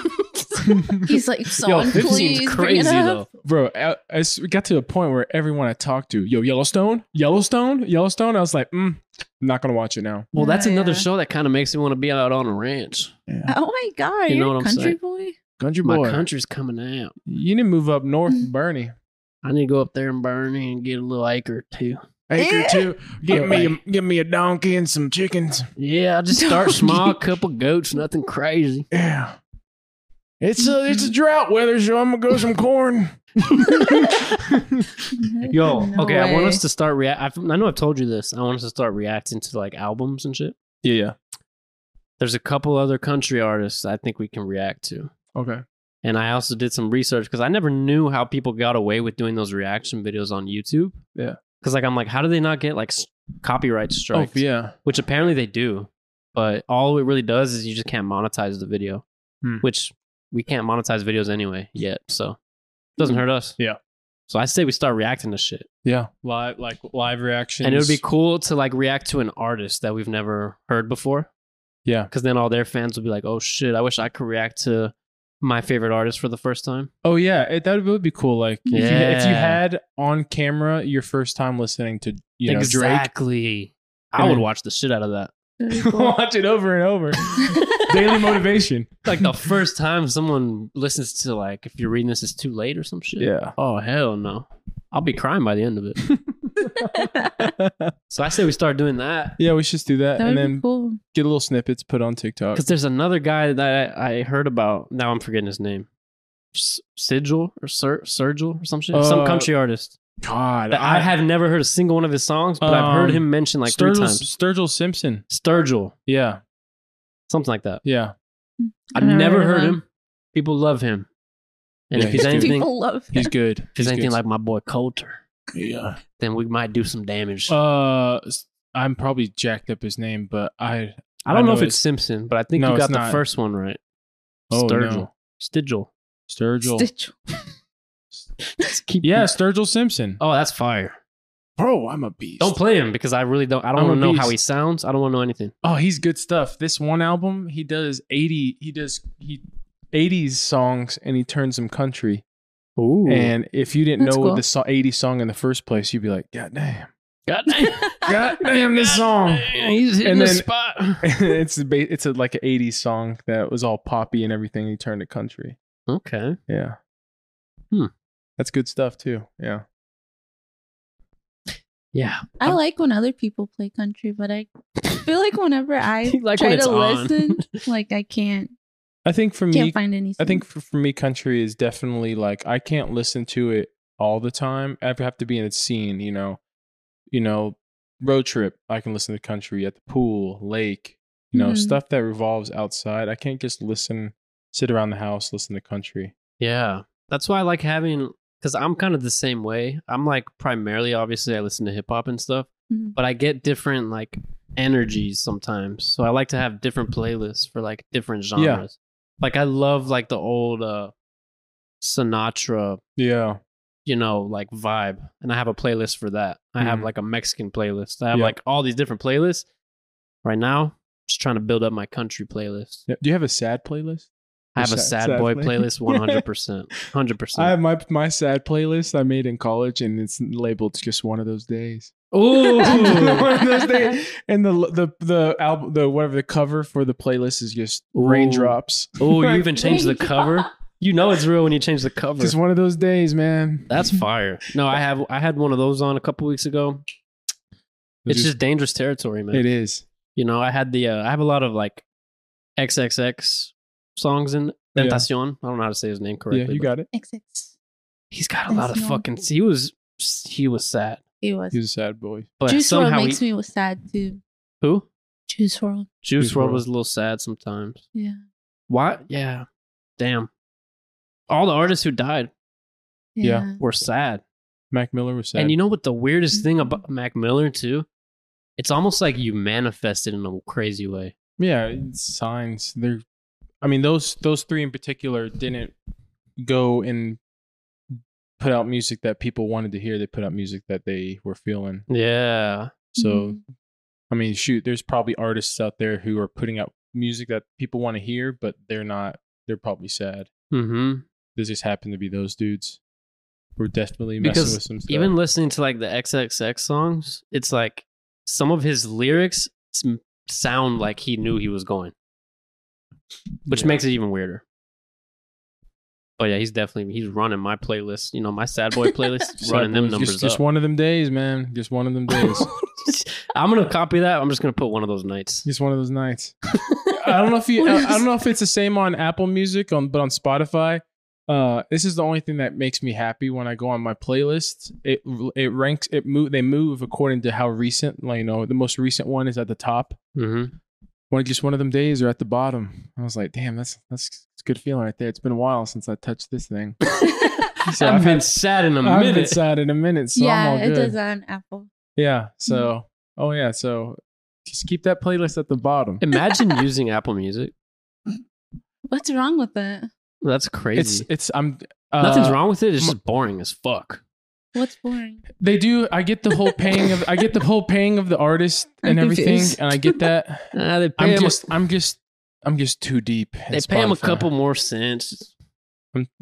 [SPEAKER 3] He's like, someone
[SPEAKER 2] 15's
[SPEAKER 3] please bring it
[SPEAKER 2] crazy,
[SPEAKER 3] up.
[SPEAKER 1] bro I, I s- got to a point where everyone i talked to yo yellowstone yellowstone yellowstone i was like mm, not gonna watch it now
[SPEAKER 2] Well, that's
[SPEAKER 3] Yeah,
[SPEAKER 2] another
[SPEAKER 3] yeah.
[SPEAKER 2] show that kind of makes me want to be out on a ranch.
[SPEAKER 1] yeah.
[SPEAKER 3] Oh my god,
[SPEAKER 2] You
[SPEAKER 3] you
[SPEAKER 2] know what
[SPEAKER 3] are a
[SPEAKER 2] I'm
[SPEAKER 3] country
[SPEAKER 2] saying?
[SPEAKER 3] boy.
[SPEAKER 1] country
[SPEAKER 2] My
[SPEAKER 1] boy
[SPEAKER 2] country's coming out.
[SPEAKER 1] you need to move up north bernie
[SPEAKER 2] I need to go up there and burn it and get a little acre or two.
[SPEAKER 1] acre
[SPEAKER 3] Eh.
[SPEAKER 1] two get me a, get me a donkey and some chickens
[SPEAKER 2] Yeah, I'll just start small, couple goats, nothing crazy.
[SPEAKER 1] yeah it's a it's a drought weather so i'm gonna grow some corn
[SPEAKER 2] Yo,
[SPEAKER 3] No
[SPEAKER 2] okay, I want
[SPEAKER 3] way.
[SPEAKER 2] us to start react. I know I've told you this. I want us to start reacting to like albums and shit.
[SPEAKER 1] yeah yeah
[SPEAKER 2] There's a couple other country artists I think we can react to.
[SPEAKER 1] okay Oh,
[SPEAKER 2] And I also did some research because I never knew how people got away with doing those reaction videos on YouTube.
[SPEAKER 1] Yeah.
[SPEAKER 2] Because, like, I'm like, how do they not get like s- copyright strikes?
[SPEAKER 1] oh yeah
[SPEAKER 2] Which apparently they do. But all it really does is you just can't monetize the video,
[SPEAKER 1] Hmm.
[SPEAKER 2] which we can't monetize videos anyway yet. So it doesn't hurt us.
[SPEAKER 1] Hmm. Yeah.
[SPEAKER 2] So I say we start reacting to shit.
[SPEAKER 1] yeah live like live reactions
[SPEAKER 2] And it would be cool to like react to an artist that we've never heard before.
[SPEAKER 1] Yeah.
[SPEAKER 2] Because then all their fans would be like, oh shit, I wish I could react to my favorite artist for the first time.
[SPEAKER 1] oh yeah it, that would be cool like if, you, if you
[SPEAKER 2] Yeah.
[SPEAKER 1] had on camera your first time listening to you know drake
[SPEAKER 2] exactly. I
[SPEAKER 1] And
[SPEAKER 2] would
[SPEAKER 1] then-
[SPEAKER 2] watch the shit out of that.
[SPEAKER 3] Very cool.
[SPEAKER 1] watch it over and over. Daily motivation.
[SPEAKER 2] Like the first time someone listens to like, if you're reading this, it's too late or some shit.
[SPEAKER 1] Yeah.
[SPEAKER 2] Oh hell no! I'll be crying by the end of it. so I say we start doing that
[SPEAKER 1] Yeah, we should just do that,
[SPEAKER 3] That would
[SPEAKER 1] and then
[SPEAKER 3] be cool.
[SPEAKER 1] get little snippets put on TikTok.
[SPEAKER 2] because there's another guy that I, I heard about. Now I'm forgetting his name. S- Sigil or Sir Sergil or some shit. some
[SPEAKER 1] Uh,
[SPEAKER 2] country artist.
[SPEAKER 1] God,
[SPEAKER 2] That I, have never heard a single one of his songs, but I've heard
[SPEAKER 1] Um,
[SPEAKER 2] him mentioned like
[SPEAKER 1] Sturgill,
[SPEAKER 2] three times.
[SPEAKER 1] Sturgill Simpson.
[SPEAKER 2] Sturgill,
[SPEAKER 1] Yeah,
[SPEAKER 2] something like that.
[SPEAKER 1] yeah.
[SPEAKER 2] I've never, heard him. People love him, and
[SPEAKER 1] Yeah,
[SPEAKER 2] if he's
[SPEAKER 1] he's good.
[SPEAKER 2] anything, if
[SPEAKER 3] People love him.
[SPEAKER 1] He's good.
[SPEAKER 2] he's anything
[SPEAKER 1] good.
[SPEAKER 2] like my boy Coulter,
[SPEAKER 1] yeah.
[SPEAKER 2] then we might do some damage.
[SPEAKER 1] Uh, s- I'm probably jacked up his name, but I
[SPEAKER 2] I don't
[SPEAKER 1] I
[SPEAKER 2] know,
[SPEAKER 1] know
[SPEAKER 2] if
[SPEAKER 1] it's-
[SPEAKER 2] it's Simpson, but I think
[SPEAKER 1] No,
[SPEAKER 2] you
[SPEAKER 1] it's
[SPEAKER 2] got the
[SPEAKER 1] not.
[SPEAKER 2] first one right.
[SPEAKER 1] Oh,
[SPEAKER 2] Sturgill.
[SPEAKER 1] no.
[SPEAKER 2] Stigil.
[SPEAKER 1] Sturgill.
[SPEAKER 3] Stitch.
[SPEAKER 2] Just keep-
[SPEAKER 1] yeah, Sturgill Simpson.
[SPEAKER 2] Oh, that's fire.
[SPEAKER 1] bro, I'm a beast.
[SPEAKER 2] Don't play him because I really don't. I don't
[SPEAKER 1] I'm
[SPEAKER 2] want to
[SPEAKER 1] a
[SPEAKER 2] know how
[SPEAKER 1] beast.
[SPEAKER 2] he sounds. I don't want to know anything.
[SPEAKER 1] oh, he's good stuff. This one album, he does 80. He does he 80s songs, and he turns them country.
[SPEAKER 2] Ooh.
[SPEAKER 1] And if you didn't
[SPEAKER 3] That's
[SPEAKER 1] know
[SPEAKER 3] cool.
[SPEAKER 1] the so- 80s song in the first place, you'd be like, God damn.
[SPEAKER 2] God damn.
[SPEAKER 1] God damn this song.
[SPEAKER 2] He's hitting
[SPEAKER 1] And
[SPEAKER 2] the
[SPEAKER 1] then-
[SPEAKER 2] spot.
[SPEAKER 1] it's a ba- it's a, like an 80s song that was all poppy and everything. He turned to country.
[SPEAKER 2] Okay.
[SPEAKER 1] Yeah.
[SPEAKER 2] Hmm.
[SPEAKER 1] That's good stuff too. Yeah.
[SPEAKER 2] Yeah.
[SPEAKER 3] I like when other people play country, but I feel like whenever I
[SPEAKER 2] You like
[SPEAKER 3] try
[SPEAKER 2] when it's
[SPEAKER 3] to
[SPEAKER 2] on.
[SPEAKER 3] listen, like I can't
[SPEAKER 1] I think for me
[SPEAKER 3] can't find any.
[SPEAKER 1] I think for, for me country is definitely like I can't listen to it all the time. I have to be in a scene, you know. You know, road trip, I can listen to country at the pool, lake, you know,
[SPEAKER 3] Mhm.
[SPEAKER 1] stuff that revolves outside. I can't just listen sit around the house listen to country.
[SPEAKER 2] Yeah. That's why I like having, because I'm kind of the same way. I'm like primarily, obviously, I listen to hip hop and stuff,
[SPEAKER 3] Mhm.
[SPEAKER 2] but I get different like energies sometimes. So I like to have different playlists for like different genres. Like I love like the old uh Sinatra
[SPEAKER 1] Yeah.
[SPEAKER 2] you know, like vibe. And I have a playlist for that. I have
[SPEAKER 1] Mhm.
[SPEAKER 2] like a Mexican playlist. I have
[SPEAKER 1] Yeah.
[SPEAKER 2] like all these different playlists. Right now, just trying to build up my country playlist.
[SPEAKER 1] Yeah. Do you have a sad playlist?
[SPEAKER 2] I have a sad, boy playlist, one hundred percent, hundred
[SPEAKER 1] I have
[SPEAKER 2] percent.
[SPEAKER 1] my my sad playlist I made in college, and it's labeled just one of those days.
[SPEAKER 2] Ooh,
[SPEAKER 1] one of those days, and the the the album, the whatever the cover for the playlist is just
[SPEAKER 2] Ooh.
[SPEAKER 1] raindrops.
[SPEAKER 2] ooh, Oh, you even changed the cover. You know it's real when you change the cover.
[SPEAKER 1] Just one of those days, man.
[SPEAKER 2] That's fire. No, I have I had one of those on a couple weeks ago.
[SPEAKER 1] It's
[SPEAKER 2] It's just dangerous territory, man.
[SPEAKER 1] it is.
[SPEAKER 2] You know, I had the uh, I have a lot of like XXX songs in
[SPEAKER 1] Yeah.
[SPEAKER 2] Tentacion. I don't know how to say his name correctly.
[SPEAKER 1] yeah, you
[SPEAKER 2] but
[SPEAKER 1] got it.
[SPEAKER 3] XX.
[SPEAKER 2] He's got a lot of
[SPEAKER 3] Tentacion.
[SPEAKER 2] fucking. He was he was sad,
[SPEAKER 3] He was.
[SPEAKER 1] He's a sad boy.
[SPEAKER 2] but
[SPEAKER 3] Juice WRLD
[SPEAKER 2] somehow
[SPEAKER 3] makes
[SPEAKER 2] he,
[SPEAKER 3] me was sad too.
[SPEAKER 2] who
[SPEAKER 3] Juice WRLD.
[SPEAKER 2] Juice,
[SPEAKER 1] Juice
[SPEAKER 2] World
[SPEAKER 1] WRLD.
[SPEAKER 2] was a little sad sometimes.
[SPEAKER 3] Yeah.
[SPEAKER 2] Why? Yeah, damn. All the artists who died
[SPEAKER 1] Yeah.
[SPEAKER 2] were sad.
[SPEAKER 1] Mac Miller was sad.
[SPEAKER 2] And you know what the weirdest thing about Mac Miller too? It's almost like you manifested in a crazy way.
[SPEAKER 1] yeah, it's signs. They're, I mean, those those three in particular didn't go and put out music that people wanted to hear. They put out music that they were feeling.
[SPEAKER 2] Yeah.
[SPEAKER 1] So,
[SPEAKER 3] Mhm.
[SPEAKER 2] Mm-hmm.
[SPEAKER 1] I mean, shoot, there's probably artists out there who are putting out music that people want to hear, but they're not. They're probably sad.
[SPEAKER 2] Mm-hmm.
[SPEAKER 1] This just happened to be those dudes. We're definitely messing
[SPEAKER 2] Because
[SPEAKER 1] with some stuff.
[SPEAKER 2] Even listening to like the XXX songs, it's like some of his lyrics s- sound like he knew he was going, which
[SPEAKER 1] Yeah.
[SPEAKER 2] makes it even weirder. But yeah, he's definitely he's running my playlist. You know, my sad boy playlist,
[SPEAKER 1] Sad
[SPEAKER 2] running them
[SPEAKER 1] boys,
[SPEAKER 2] numbers
[SPEAKER 1] Just, just
[SPEAKER 2] up.
[SPEAKER 1] one of them days, man. Just one of them days.
[SPEAKER 2] I'm gonna copy that. I'm just gonna put one of those nights.
[SPEAKER 1] Just one of those nights. I don't know if you. I, I don't know if it's the same on Apple Music, on but on Spotify, uh, this is the only thing that makes me happy when I go on my playlist. It it ranks it move they move according to how recent. Like you know, the most recent one is at the top.
[SPEAKER 2] hmm
[SPEAKER 1] Mm-hmm. One just one of them days are at the bottom. I was like, damn, that's that's, a good feeling right there. It's been a while since I touched this thing.
[SPEAKER 2] I've,
[SPEAKER 1] So I've
[SPEAKER 2] been
[SPEAKER 1] had-
[SPEAKER 2] sad in a
[SPEAKER 1] I haven't been
[SPEAKER 2] minute.
[SPEAKER 1] sad in a minute, so I'm
[SPEAKER 3] yeah,
[SPEAKER 1] all
[SPEAKER 3] it
[SPEAKER 1] good.
[SPEAKER 3] does that on Apple.
[SPEAKER 1] Yeah. So oh yeah. So just keep that playlist at the bottom.
[SPEAKER 2] Imagine using Apple Music.
[SPEAKER 3] What's wrong with it?
[SPEAKER 2] That's
[SPEAKER 1] It's
[SPEAKER 2] crazy.
[SPEAKER 1] it's I'm uh,
[SPEAKER 2] Nothing's wrong with it. It's
[SPEAKER 1] m-
[SPEAKER 2] just boring as fuck.
[SPEAKER 3] What's boring?
[SPEAKER 1] They do. I get the whole paying of I get the whole paying of the artist
[SPEAKER 3] I'm
[SPEAKER 1] and everything,
[SPEAKER 3] confused.
[SPEAKER 1] and I get that.
[SPEAKER 2] Uh, they pay
[SPEAKER 1] I'm
[SPEAKER 2] him
[SPEAKER 1] just I'm just I'm just too deep. in
[SPEAKER 2] They pay him a
[SPEAKER 1] Spotify.
[SPEAKER 2] couple more cents.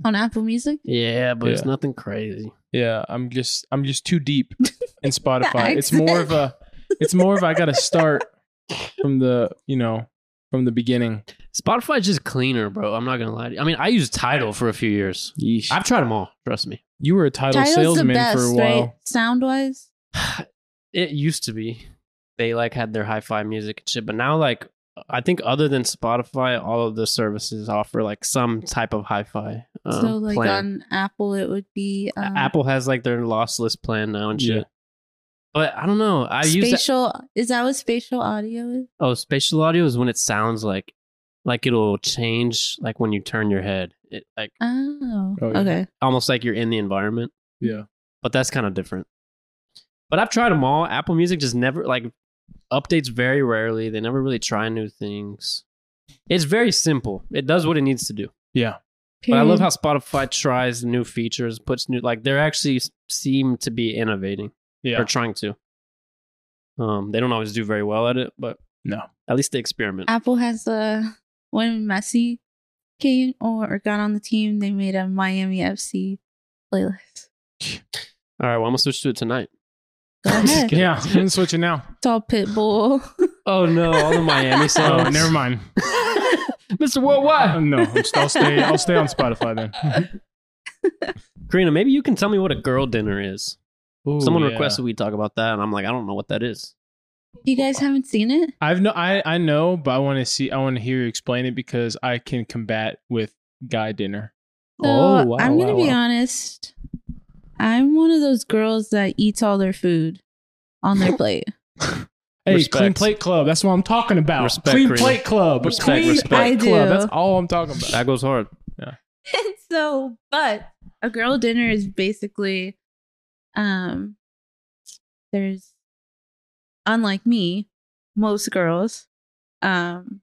[SPEAKER 3] On Apple Music?
[SPEAKER 2] Yeah, but it's
[SPEAKER 1] Yeah.
[SPEAKER 2] nothing crazy.
[SPEAKER 1] Yeah, I'm just I'm just too deep in Spotify. it's
[SPEAKER 3] accent.
[SPEAKER 1] more of a it's more of I got to start from the you know from the beginning.
[SPEAKER 2] Spotify's just cleaner, bro. I'm not gonna lie to you. I mean, I used Tidal for a few years. I've tried them all. Trust me.
[SPEAKER 1] You were a title
[SPEAKER 3] Tidal's
[SPEAKER 1] salesman for a while.
[SPEAKER 3] Sound wise?
[SPEAKER 2] It used to be they like had their hi-fi music and shit, but now like I think other than Spotify, all of the services offer like some type of hi-fi. Um,
[SPEAKER 3] so like
[SPEAKER 2] plan.
[SPEAKER 3] on Apple it would be um,
[SPEAKER 2] Apple has like their lossless plan now and shit.
[SPEAKER 1] Yeah.
[SPEAKER 2] But I don't know. I use that.
[SPEAKER 3] spatial is that what spatial audio is?
[SPEAKER 2] Oh, spatial audio is when it sounds like like it'll change like when you turn your head. It like
[SPEAKER 3] Oh,
[SPEAKER 1] Oh, yeah.
[SPEAKER 3] okay.
[SPEAKER 2] almost like you're in the environment.
[SPEAKER 1] Yeah.
[SPEAKER 2] But that's kind of different. But I've tried them all. Apple Music just never like updates very rarely. They never really try new things. It's very simple. It does what it needs to do.
[SPEAKER 1] Yeah.
[SPEAKER 2] But I
[SPEAKER 1] Mm.
[SPEAKER 2] love
[SPEAKER 3] Period.
[SPEAKER 2] how Spotify tries new features, puts new like they're actually s- seem to be innovating
[SPEAKER 1] Yeah.
[SPEAKER 2] or trying to. Um, they don't always do very well at it, but
[SPEAKER 1] No.
[SPEAKER 2] at least they experiment.
[SPEAKER 3] Apple has the when Messi came or, or got on the team, they made a Miami FC playlist.
[SPEAKER 2] All right, well, I'm gonna switch to it tonight.
[SPEAKER 3] Go ahead.
[SPEAKER 1] Yeah. I'm gonna switch it now.
[SPEAKER 3] It's all Pitbull.
[SPEAKER 2] Oh no, all the Miami
[SPEAKER 1] Oh,
[SPEAKER 2] songs.
[SPEAKER 1] never mind. Uh,
[SPEAKER 2] Mr. Worldwide.
[SPEAKER 1] no, I'm st- I'll stay. I'll stay on Spotify then.
[SPEAKER 2] Karina, maybe you can tell me what a girl dinner is.
[SPEAKER 1] Ooh,
[SPEAKER 2] Someone
[SPEAKER 1] yeah.
[SPEAKER 2] requested we talk about that, and I'm like, I don't know what that is.
[SPEAKER 3] you guys haven't seen it?
[SPEAKER 1] I've no, I I know, but I want to see. I want to hear you explain it because I can combat with guy dinner.
[SPEAKER 3] So
[SPEAKER 2] Oh, wow,
[SPEAKER 3] I'm gonna
[SPEAKER 2] wow,
[SPEAKER 3] be
[SPEAKER 2] wow.
[SPEAKER 3] honest. I'm one of those girls that eats all their food on their plate.
[SPEAKER 1] Hey,
[SPEAKER 2] Respect.
[SPEAKER 1] clean plate club. That's what I'm talking about.
[SPEAKER 2] Respect,
[SPEAKER 1] clean
[SPEAKER 2] Karina.
[SPEAKER 1] plate club.
[SPEAKER 2] Respect,
[SPEAKER 1] clean
[SPEAKER 2] respect.
[SPEAKER 1] plate
[SPEAKER 3] I do.
[SPEAKER 1] club. That's all I'm talking about.
[SPEAKER 2] That goes hard.
[SPEAKER 3] And so, but a girl dinner is basically, um, there's, unlike me, most girls, um,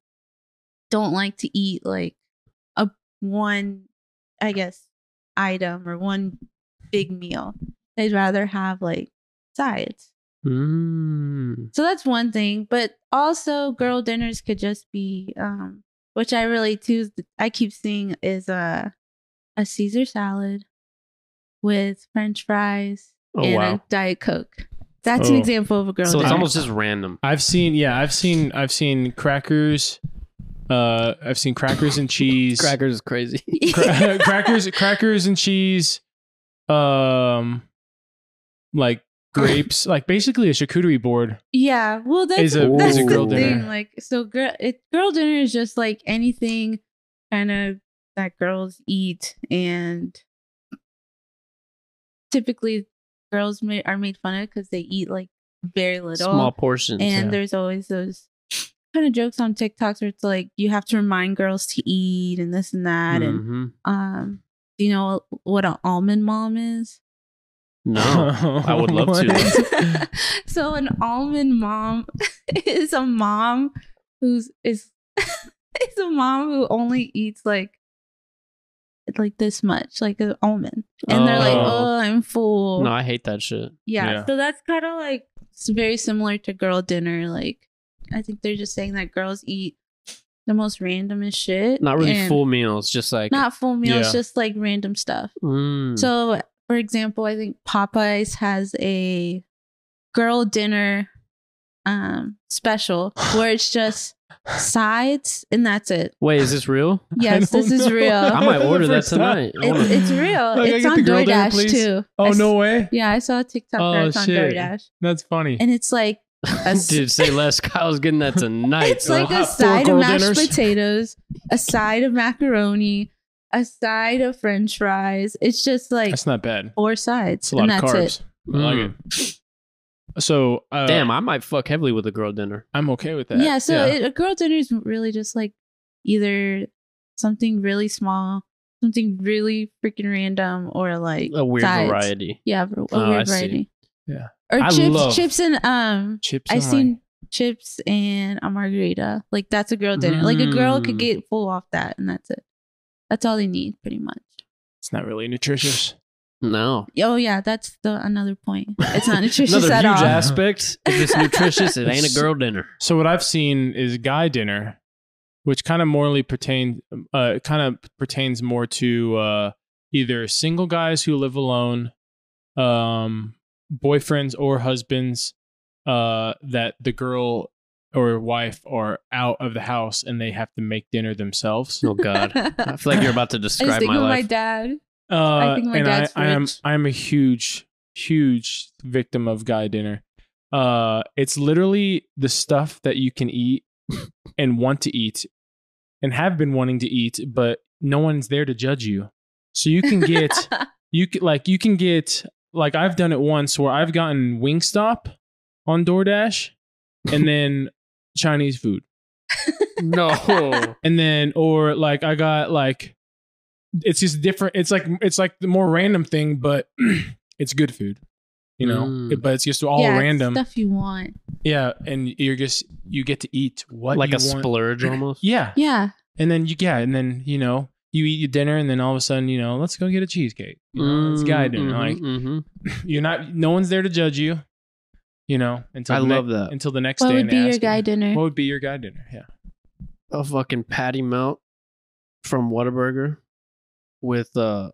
[SPEAKER 3] don't like to eat like a one, I guess, item or one big meal. They'd rather have like sides.
[SPEAKER 2] Mm.
[SPEAKER 3] So that's one thing. But also, girl dinners could just be, um, which I really too. I keep seeing is a a Caesar salad with French fries
[SPEAKER 2] Oh
[SPEAKER 3] and
[SPEAKER 2] wow.
[SPEAKER 3] a diet coke. That's an
[SPEAKER 1] Oh.
[SPEAKER 3] example of a girl
[SPEAKER 2] So it's
[SPEAKER 3] dinner.
[SPEAKER 2] almost just random.
[SPEAKER 1] I've seen yeah, I've seen I've seen crackers. Uh, I've seen crackers and cheese.
[SPEAKER 2] Crackers is crazy.
[SPEAKER 1] Cra- crackers, crackers and cheese. Um, like grapes, like basically a charcuterie board.
[SPEAKER 3] yeah. Well, that's
[SPEAKER 1] Is a-
[SPEAKER 3] that's
[SPEAKER 2] is a girl
[SPEAKER 3] the
[SPEAKER 2] dinner.
[SPEAKER 3] thing. Like so, girl it, girl dinner is just like anything kind of that girls eat, and typically girls ma- are made fun of because they eat like very little.
[SPEAKER 2] Small portions.
[SPEAKER 3] And
[SPEAKER 1] yeah.
[SPEAKER 3] there's always those kind of jokes on TikToks where it's like you have to remind girls to eat and this and that. And
[SPEAKER 2] Mhm.
[SPEAKER 3] um, do you know what an almond mom is?
[SPEAKER 2] No. I would love to.
[SPEAKER 1] What?
[SPEAKER 3] so an almond mom is a mom who's is is a mom who only eats like like this much, like an almond. And they're like,
[SPEAKER 2] Oh.
[SPEAKER 3] "Oh, I'm full."
[SPEAKER 2] No, I hate that shit.
[SPEAKER 3] yeah,
[SPEAKER 1] Yeah.
[SPEAKER 3] so that's kind of like it's very similar to girl dinner like i think they're just saying that girls eat the most randomest shit
[SPEAKER 2] Not really
[SPEAKER 3] and
[SPEAKER 2] full meals, just like
[SPEAKER 3] not full meals
[SPEAKER 1] Yeah.
[SPEAKER 3] just like random stuff
[SPEAKER 1] Hmm.
[SPEAKER 2] Mm.
[SPEAKER 3] so for example i think popeyes has a girl dinner um special where it's just sides and that's it
[SPEAKER 2] Wait, is this real?
[SPEAKER 3] yes
[SPEAKER 1] don't
[SPEAKER 3] this is
[SPEAKER 1] know.
[SPEAKER 3] real
[SPEAKER 2] I
[SPEAKER 1] I'm-
[SPEAKER 2] might order that
[SPEAKER 1] First time.
[SPEAKER 2] tonight. I wanna-
[SPEAKER 3] it's, it's real
[SPEAKER 1] Like, I
[SPEAKER 3] it's
[SPEAKER 1] get
[SPEAKER 3] on
[SPEAKER 1] the girl dinner,
[SPEAKER 3] doordash
[SPEAKER 1] please?
[SPEAKER 3] too I
[SPEAKER 1] Oh
[SPEAKER 3] s-
[SPEAKER 1] no way!
[SPEAKER 3] yeah i saw a tiktok
[SPEAKER 1] Oh,
[SPEAKER 3] that's on
[SPEAKER 1] shit.
[SPEAKER 3] doordash
[SPEAKER 1] That's funny.
[SPEAKER 3] and it's like a
[SPEAKER 2] Dude, say less. Kyle's getting that tonight.
[SPEAKER 3] It's like
[SPEAKER 1] Hot
[SPEAKER 3] a
[SPEAKER 1] four
[SPEAKER 3] side of
[SPEAKER 1] girl
[SPEAKER 3] mashed
[SPEAKER 1] dinners.
[SPEAKER 3] potatoes, a side of macaroni, a side of French fries. It's just like
[SPEAKER 1] That's not bad.
[SPEAKER 3] four
[SPEAKER 1] It's
[SPEAKER 3] sides,
[SPEAKER 1] a lot
[SPEAKER 3] and
[SPEAKER 1] of
[SPEAKER 3] that's
[SPEAKER 1] carbs.
[SPEAKER 3] it.
[SPEAKER 1] I like it. So uh,
[SPEAKER 2] Mm. Damn, I might fuck heavily with a girl dinner.
[SPEAKER 1] I'm okay with that.
[SPEAKER 3] Yeah. So It, a girl dinner is really just like either something really small, something really freaking random, or like
[SPEAKER 2] A weird
[SPEAKER 3] sides.
[SPEAKER 2] variety.
[SPEAKER 3] Yeah, a
[SPEAKER 2] Oh, I
[SPEAKER 3] weird
[SPEAKER 2] see.
[SPEAKER 3] variety.
[SPEAKER 1] Yeah.
[SPEAKER 3] Or
[SPEAKER 1] I
[SPEAKER 3] chips,
[SPEAKER 1] love-
[SPEAKER 3] chips, and um,
[SPEAKER 1] chips.
[SPEAKER 3] I've
[SPEAKER 1] and
[SPEAKER 3] seen chips and a margarita. Like that's a girl dinner. Like a girl
[SPEAKER 2] Mm.
[SPEAKER 3] could get full off that, and that's it. That's all they need, pretty much.
[SPEAKER 1] It's not really nutritious.
[SPEAKER 2] No.
[SPEAKER 3] Oh yeah, that's the another point. It's not nutritious
[SPEAKER 2] Another
[SPEAKER 3] at
[SPEAKER 2] huge
[SPEAKER 3] all.
[SPEAKER 1] ass-
[SPEAKER 2] aspect. If it's nutritious, it ain't a girl dinner.
[SPEAKER 1] So what I've seen is guy dinner, which kind of morally pertains, uh, kind of pertains more to uh, either single guys who live alone, um, boyfriends or husbands uh, that the girl or wife are out of the house and they have to make dinner themselves.
[SPEAKER 2] Oh God, I feel like you're about to
[SPEAKER 3] I just
[SPEAKER 2] describe
[SPEAKER 3] think
[SPEAKER 2] my
[SPEAKER 3] of my
[SPEAKER 2] life.
[SPEAKER 3] dad.
[SPEAKER 1] Uh,
[SPEAKER 3] think my
[SPEAKER 1] and
[SPEAKER 3] dad's
[SPEAKER 1] I, I am
[SPEAKER 3] rich.
[SPEAKER 1] I am a huge huge victim of guy dinner. Uh, it's literally the stuff that you can eat and want to eat and have been wanting to eat, but no one's there to judge you. So you can get you can, like you can get like I've done it once where I've gotten Wingstop on DoorDash and then Chinese food
[SPEAKER 2] no,
[SPEAKER 1] and then or like I got like it's just different. It's like it's like the more random thing, but it's good food, you know.
[SPEAKER 2] Mm.
[SPEAKER 1] But it's just all
[SPEAKER 3] Yeah, it's
[SPEAKER 1] random,
[SPEAKER 3] stuff you want.
[SPEAKER 1] yeah. And you're just you get to eat what
[SPEAKER 2] like
[SPEAKER 1] you
[SPEAKER 2] a
[SPEAKER 1] want.
[SPEAKER 2] splurge almost.
[SPEAKER 1] yeah.
[SPEAKER 3] Yeah,
[SPEAKER 1] And then you yeah, and then you know you eat your dinner, and then all of a sudden you know let's go get a cheesecake. You know, it's guy dinner.
[SPEAKER 2] Mhm, mhm.
[SPEAKER 1] Like you're not no one's there to judge you, you know. Until
[SPEAKER 2] I
[SPEAKER 1] the ne-
[SPEAKER 2] love that.
[SPEAKER 1] Until the next
[SPEAKER 3] what
[SPEAKER 1] day,
[SPEAKER 3] would
[SPEAKER 1] and
[SPEAKER 3] be
[SPEAKER 1] they
[SPEAKER 3] your
[SPEAKER 1] ask
[SPEAKER 3] guy
[SPEAKER 1] you,
[SPEAKER 3] dinner?
[SPEAKER 1] What would be your guy dinner? Yeah.
[SPEAKER 2] a fucking patty melt from Whataburger with uh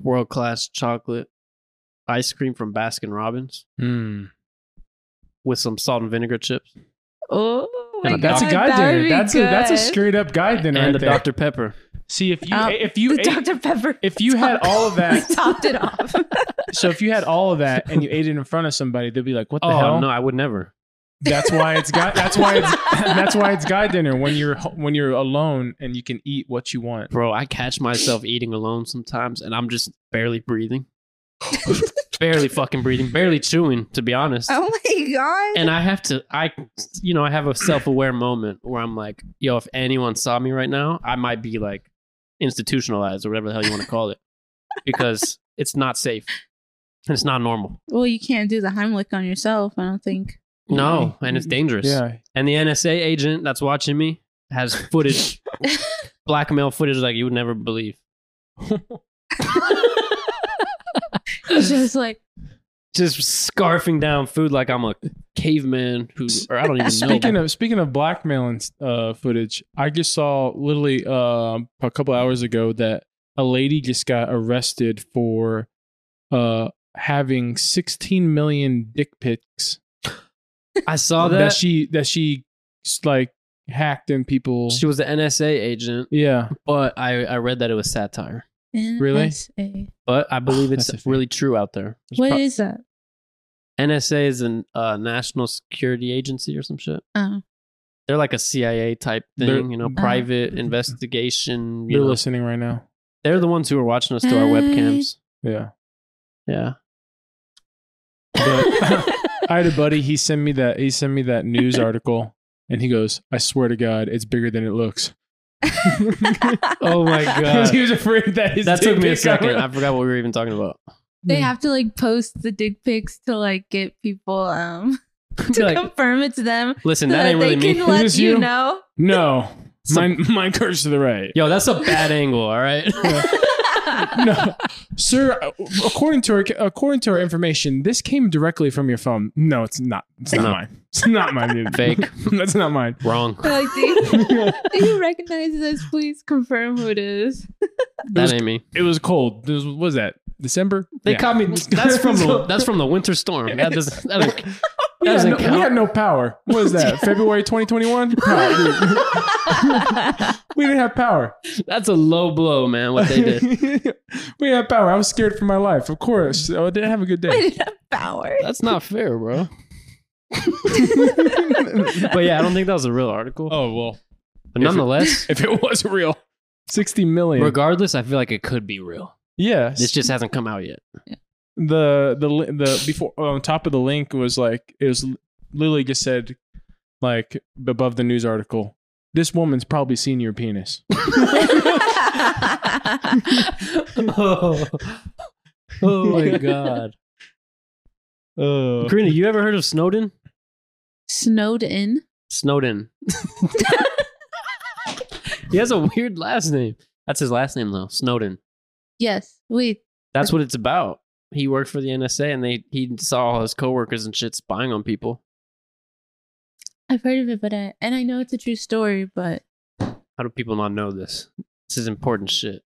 [SPEAKER 2] world class chocolate ice cream from Baskin Robbins
[SPEAKER 1] Hmm.
[SPEAKER 2] with some salt and vinegar chips
[SPEAKER 3] oh my
[SPEAKER 2] And
[SPEAKER 3] god,
[SPEAKER 1] that's a guy
[SPEAKER 3] that would
[SPEAKER 1] dinner.
[SPEAKER 3] be
[SPEAKER 1] That's a, that's a
[SPEAKER 3] good.
[SPEAKER 1] straight up guy dinner.
[SPEAKER 2] and
[SPEAKER 1] right
[SPEAKER 2] a
[SPEAKER 1] there.
[SPEAKER 2] Dr Pepper.
[SPEAKER 1] See if you eh,
[SPEAKER 3] Um,
[SPEAKER 1] if you
[SPEAKER 3] The
[SPEAKER 1] ate,
[SPEAKER 3] Dr Pepper.
[SPEAKER 1] if you had all of that,
[SPEAKER 3] we topped it off.
[SPEAKER 1] so if you had all of that and you ate it in front of somebody, they'd be like, "What the
[SPEAKER 2] Oh
[SPEAKER 1] hell?"
[SPEAKER 2] no, I would never.
[SPEAKER 1] That's why it's guy. That's why it's that's why it's guy dinner when you're when you're alone and you can eat what you want.
[SPEAKER 2] Bro, I catch myself eating alone sometimes and I'm just barely breathing. barely fucking breathing, barely chewing, to be honest.
[SPEAKER 3] oh my god.
[SPEAKER 2] and I have to, I, you know, I have a self aware moment where I'm like, yo, if anyone saw me right now, I might be like institutionalized or whatever the hell you want to call it because it's not safe and it's not normal.
[SPEAKER 3] well, you can't do the Heimlich on yourself. I don't think.
[SPEAKER 2] No, and it's dangerous.
[SPEAKER 1] Yeah,
[SPEAKER 2] And the NSA agent that's watching me has footage, blackmail footage like you would never believe.
[SPEAKER 3] It's just like
[SPEAKER 2] just scarfing down food like I'm a caveman who, or I don't even know.
[SPEAKER 1] Speaking of speaking of blackmailing uh, footage, I just saw literally uh, a couple hours ago that a lady just got arrested for uh, having 16 million dick pics
[SPEAKER 2] I saw Oh, that.
[SPEAKER 1] that
[SPEAKER 2] she,
[SPEAKER 1] she that she like hacked and people.
[SPEAKER 2] was an NSA agent,
[SPEAKER 1] yeah,
[SPEAKER 2] but I, I read that it was satire.
[SPEAKER 3] "Eh,
[SPEAKER 1] Really?
[SPEAKER 3] NSA.
[SPEAKER 2] But I believe it's
[SPEAKER 1] That's a fake.
[SPEAKER 2] really true out there. It's
[SPEAKER 3] What
[SPEAKER 2] pro-
[SPEAKER 3] is that?
[SPEAKER 2] NSA is a uh, national security agency or some shit.
[SPEAKER 3] Oh,
[SPEAKER 2] They're like a CIA type thing,
[SPEAKER 1] They're-
[SPEAKER 2] you know,
[SPEAKER 3] Mm.
[SPEAKER 2] private investigation. You
[SPEAKER 1] you're
[SPEAKER 2] know.
[SPEAKER 1] listening right now.
[SPEAKER 2] They're the ones who are watching us through our webcams.
[SPEAKER 1] Yeah,
[SPEAKER 2] Yeah.
[SPEAKER 1] But- I had a buddy. He sent me that. He sent me that news article, and he goes, "I swear to God, it's bigger than it looks."
[SPEAKER 2] Oh my God.
[SPEAKER 1] he was afraid that his
[SPEAKER 2] That
[SPEAKER 1] dick
[SPEAKER 2] took me a
[SPEAKER 1] pic
[SPEAKER 2] second. I
[SPEAKER 1] got-
[SPEAKER 2] forgot what we were even talking about.
[SPEAKER 3] They have to like post the dick pics to like get people um to
[SPEAKER 2] Like,
[SPEAKER 3] confirm it to them.
[SPEAKER 2] listen,
[SPEAKER 3] so
[SPEAKER 2] that ain't really me.
[SPEAKER 3] they can
[SPEAKER 1] Is
[SPEAKER 3] let
[SPEAKER 1] this
[SPEAKER 3] you,
[SPEAKER 1] you?
[SPEAKER 3] know.
[SPEAKER 1] no,
[SPEAKER 2] So-
[SPEAKER 1] mine mine curves to the right.
[SPEAKER 2] Yo, that's a bad angle, all right?
[SPEAKER 1] No, sir. uh, According to our according to our information, this came directly from your phone. No, it's not. It's not
[SPEAKER 2] No.
[SPEAKER 1] mine. It's not mine. dude.
[SPEAKER 2] Fake.
[SPEAKER 1] That's not mine.
[SPEAKER 2] Wrong.
[SPEAKER 3] They're like, do, you, do you recognize this? Please confirm who it is.
[SPEAKER 2] That ain't me.
[SPEAKER 1] It was cold. This was, what was that December?
[SPEAKER 2] They
[SPEAKER 1] Yeah.
[SPEAKER 2] caught me. That's from the that's from the winter storm. That doesn't. That doesn't
[SPEAKER 1] We
[SPEAKER 2] That
[SPEAKER 1] had,
[SPEAKER 2] doesn't
[SPEAKER 1] no, we
[SPEAKER 2] count.
[SPEAKER 1] had no power. What is that? February 2021? we didn't have power.
[SPEAKER 2] that's a low blow, man. What they did.
[SPEAKER 1] we didn't have power. I was scared for my life. Of course. I didn't have a good
[SPEAKER 3] I
[SPEAKER 1] day.
[SPEAKER 3] didn't have power.
[SPEAKER 2] That's not fair, bro. But yeah, I don't think that was a real article.
[SPEAKER 1] oh, well.
[SPEAKER 2] but nonetheless,
[SPEAKER 1] If it was real, 60 million.
[SPEAKER 2] regardless, I feel like it could be real.
[SPEAKER 1] yes.
[SPEAKER 2] This just hasn't come out yet.
[SPEAKER 1] the the li- the before on top of the link was like it was literally just said like above the news article. This woman's probably seen your penis.
[SPEAKER 2] oh. my god,
[SPEAKER 1] Oh.
[SPEAKER 2] Karina, you ever heard of Snowden?
[SPEAKER 3] Snowed in.
[SPEAKER 2] Snowden. he has a weird last name. That's his last name though, Snowden.
[SPEAKER 3] Yes. Wait.
[SPEAKER 2] That's what it's about. He worked for the NSA, and they he saw all his coworkers and shit spying on people.
[SPEAKER 3] I've heard of it, but I, and I know it's a true story, but
[SPEAKER 2] How do people not know this? This is important shit.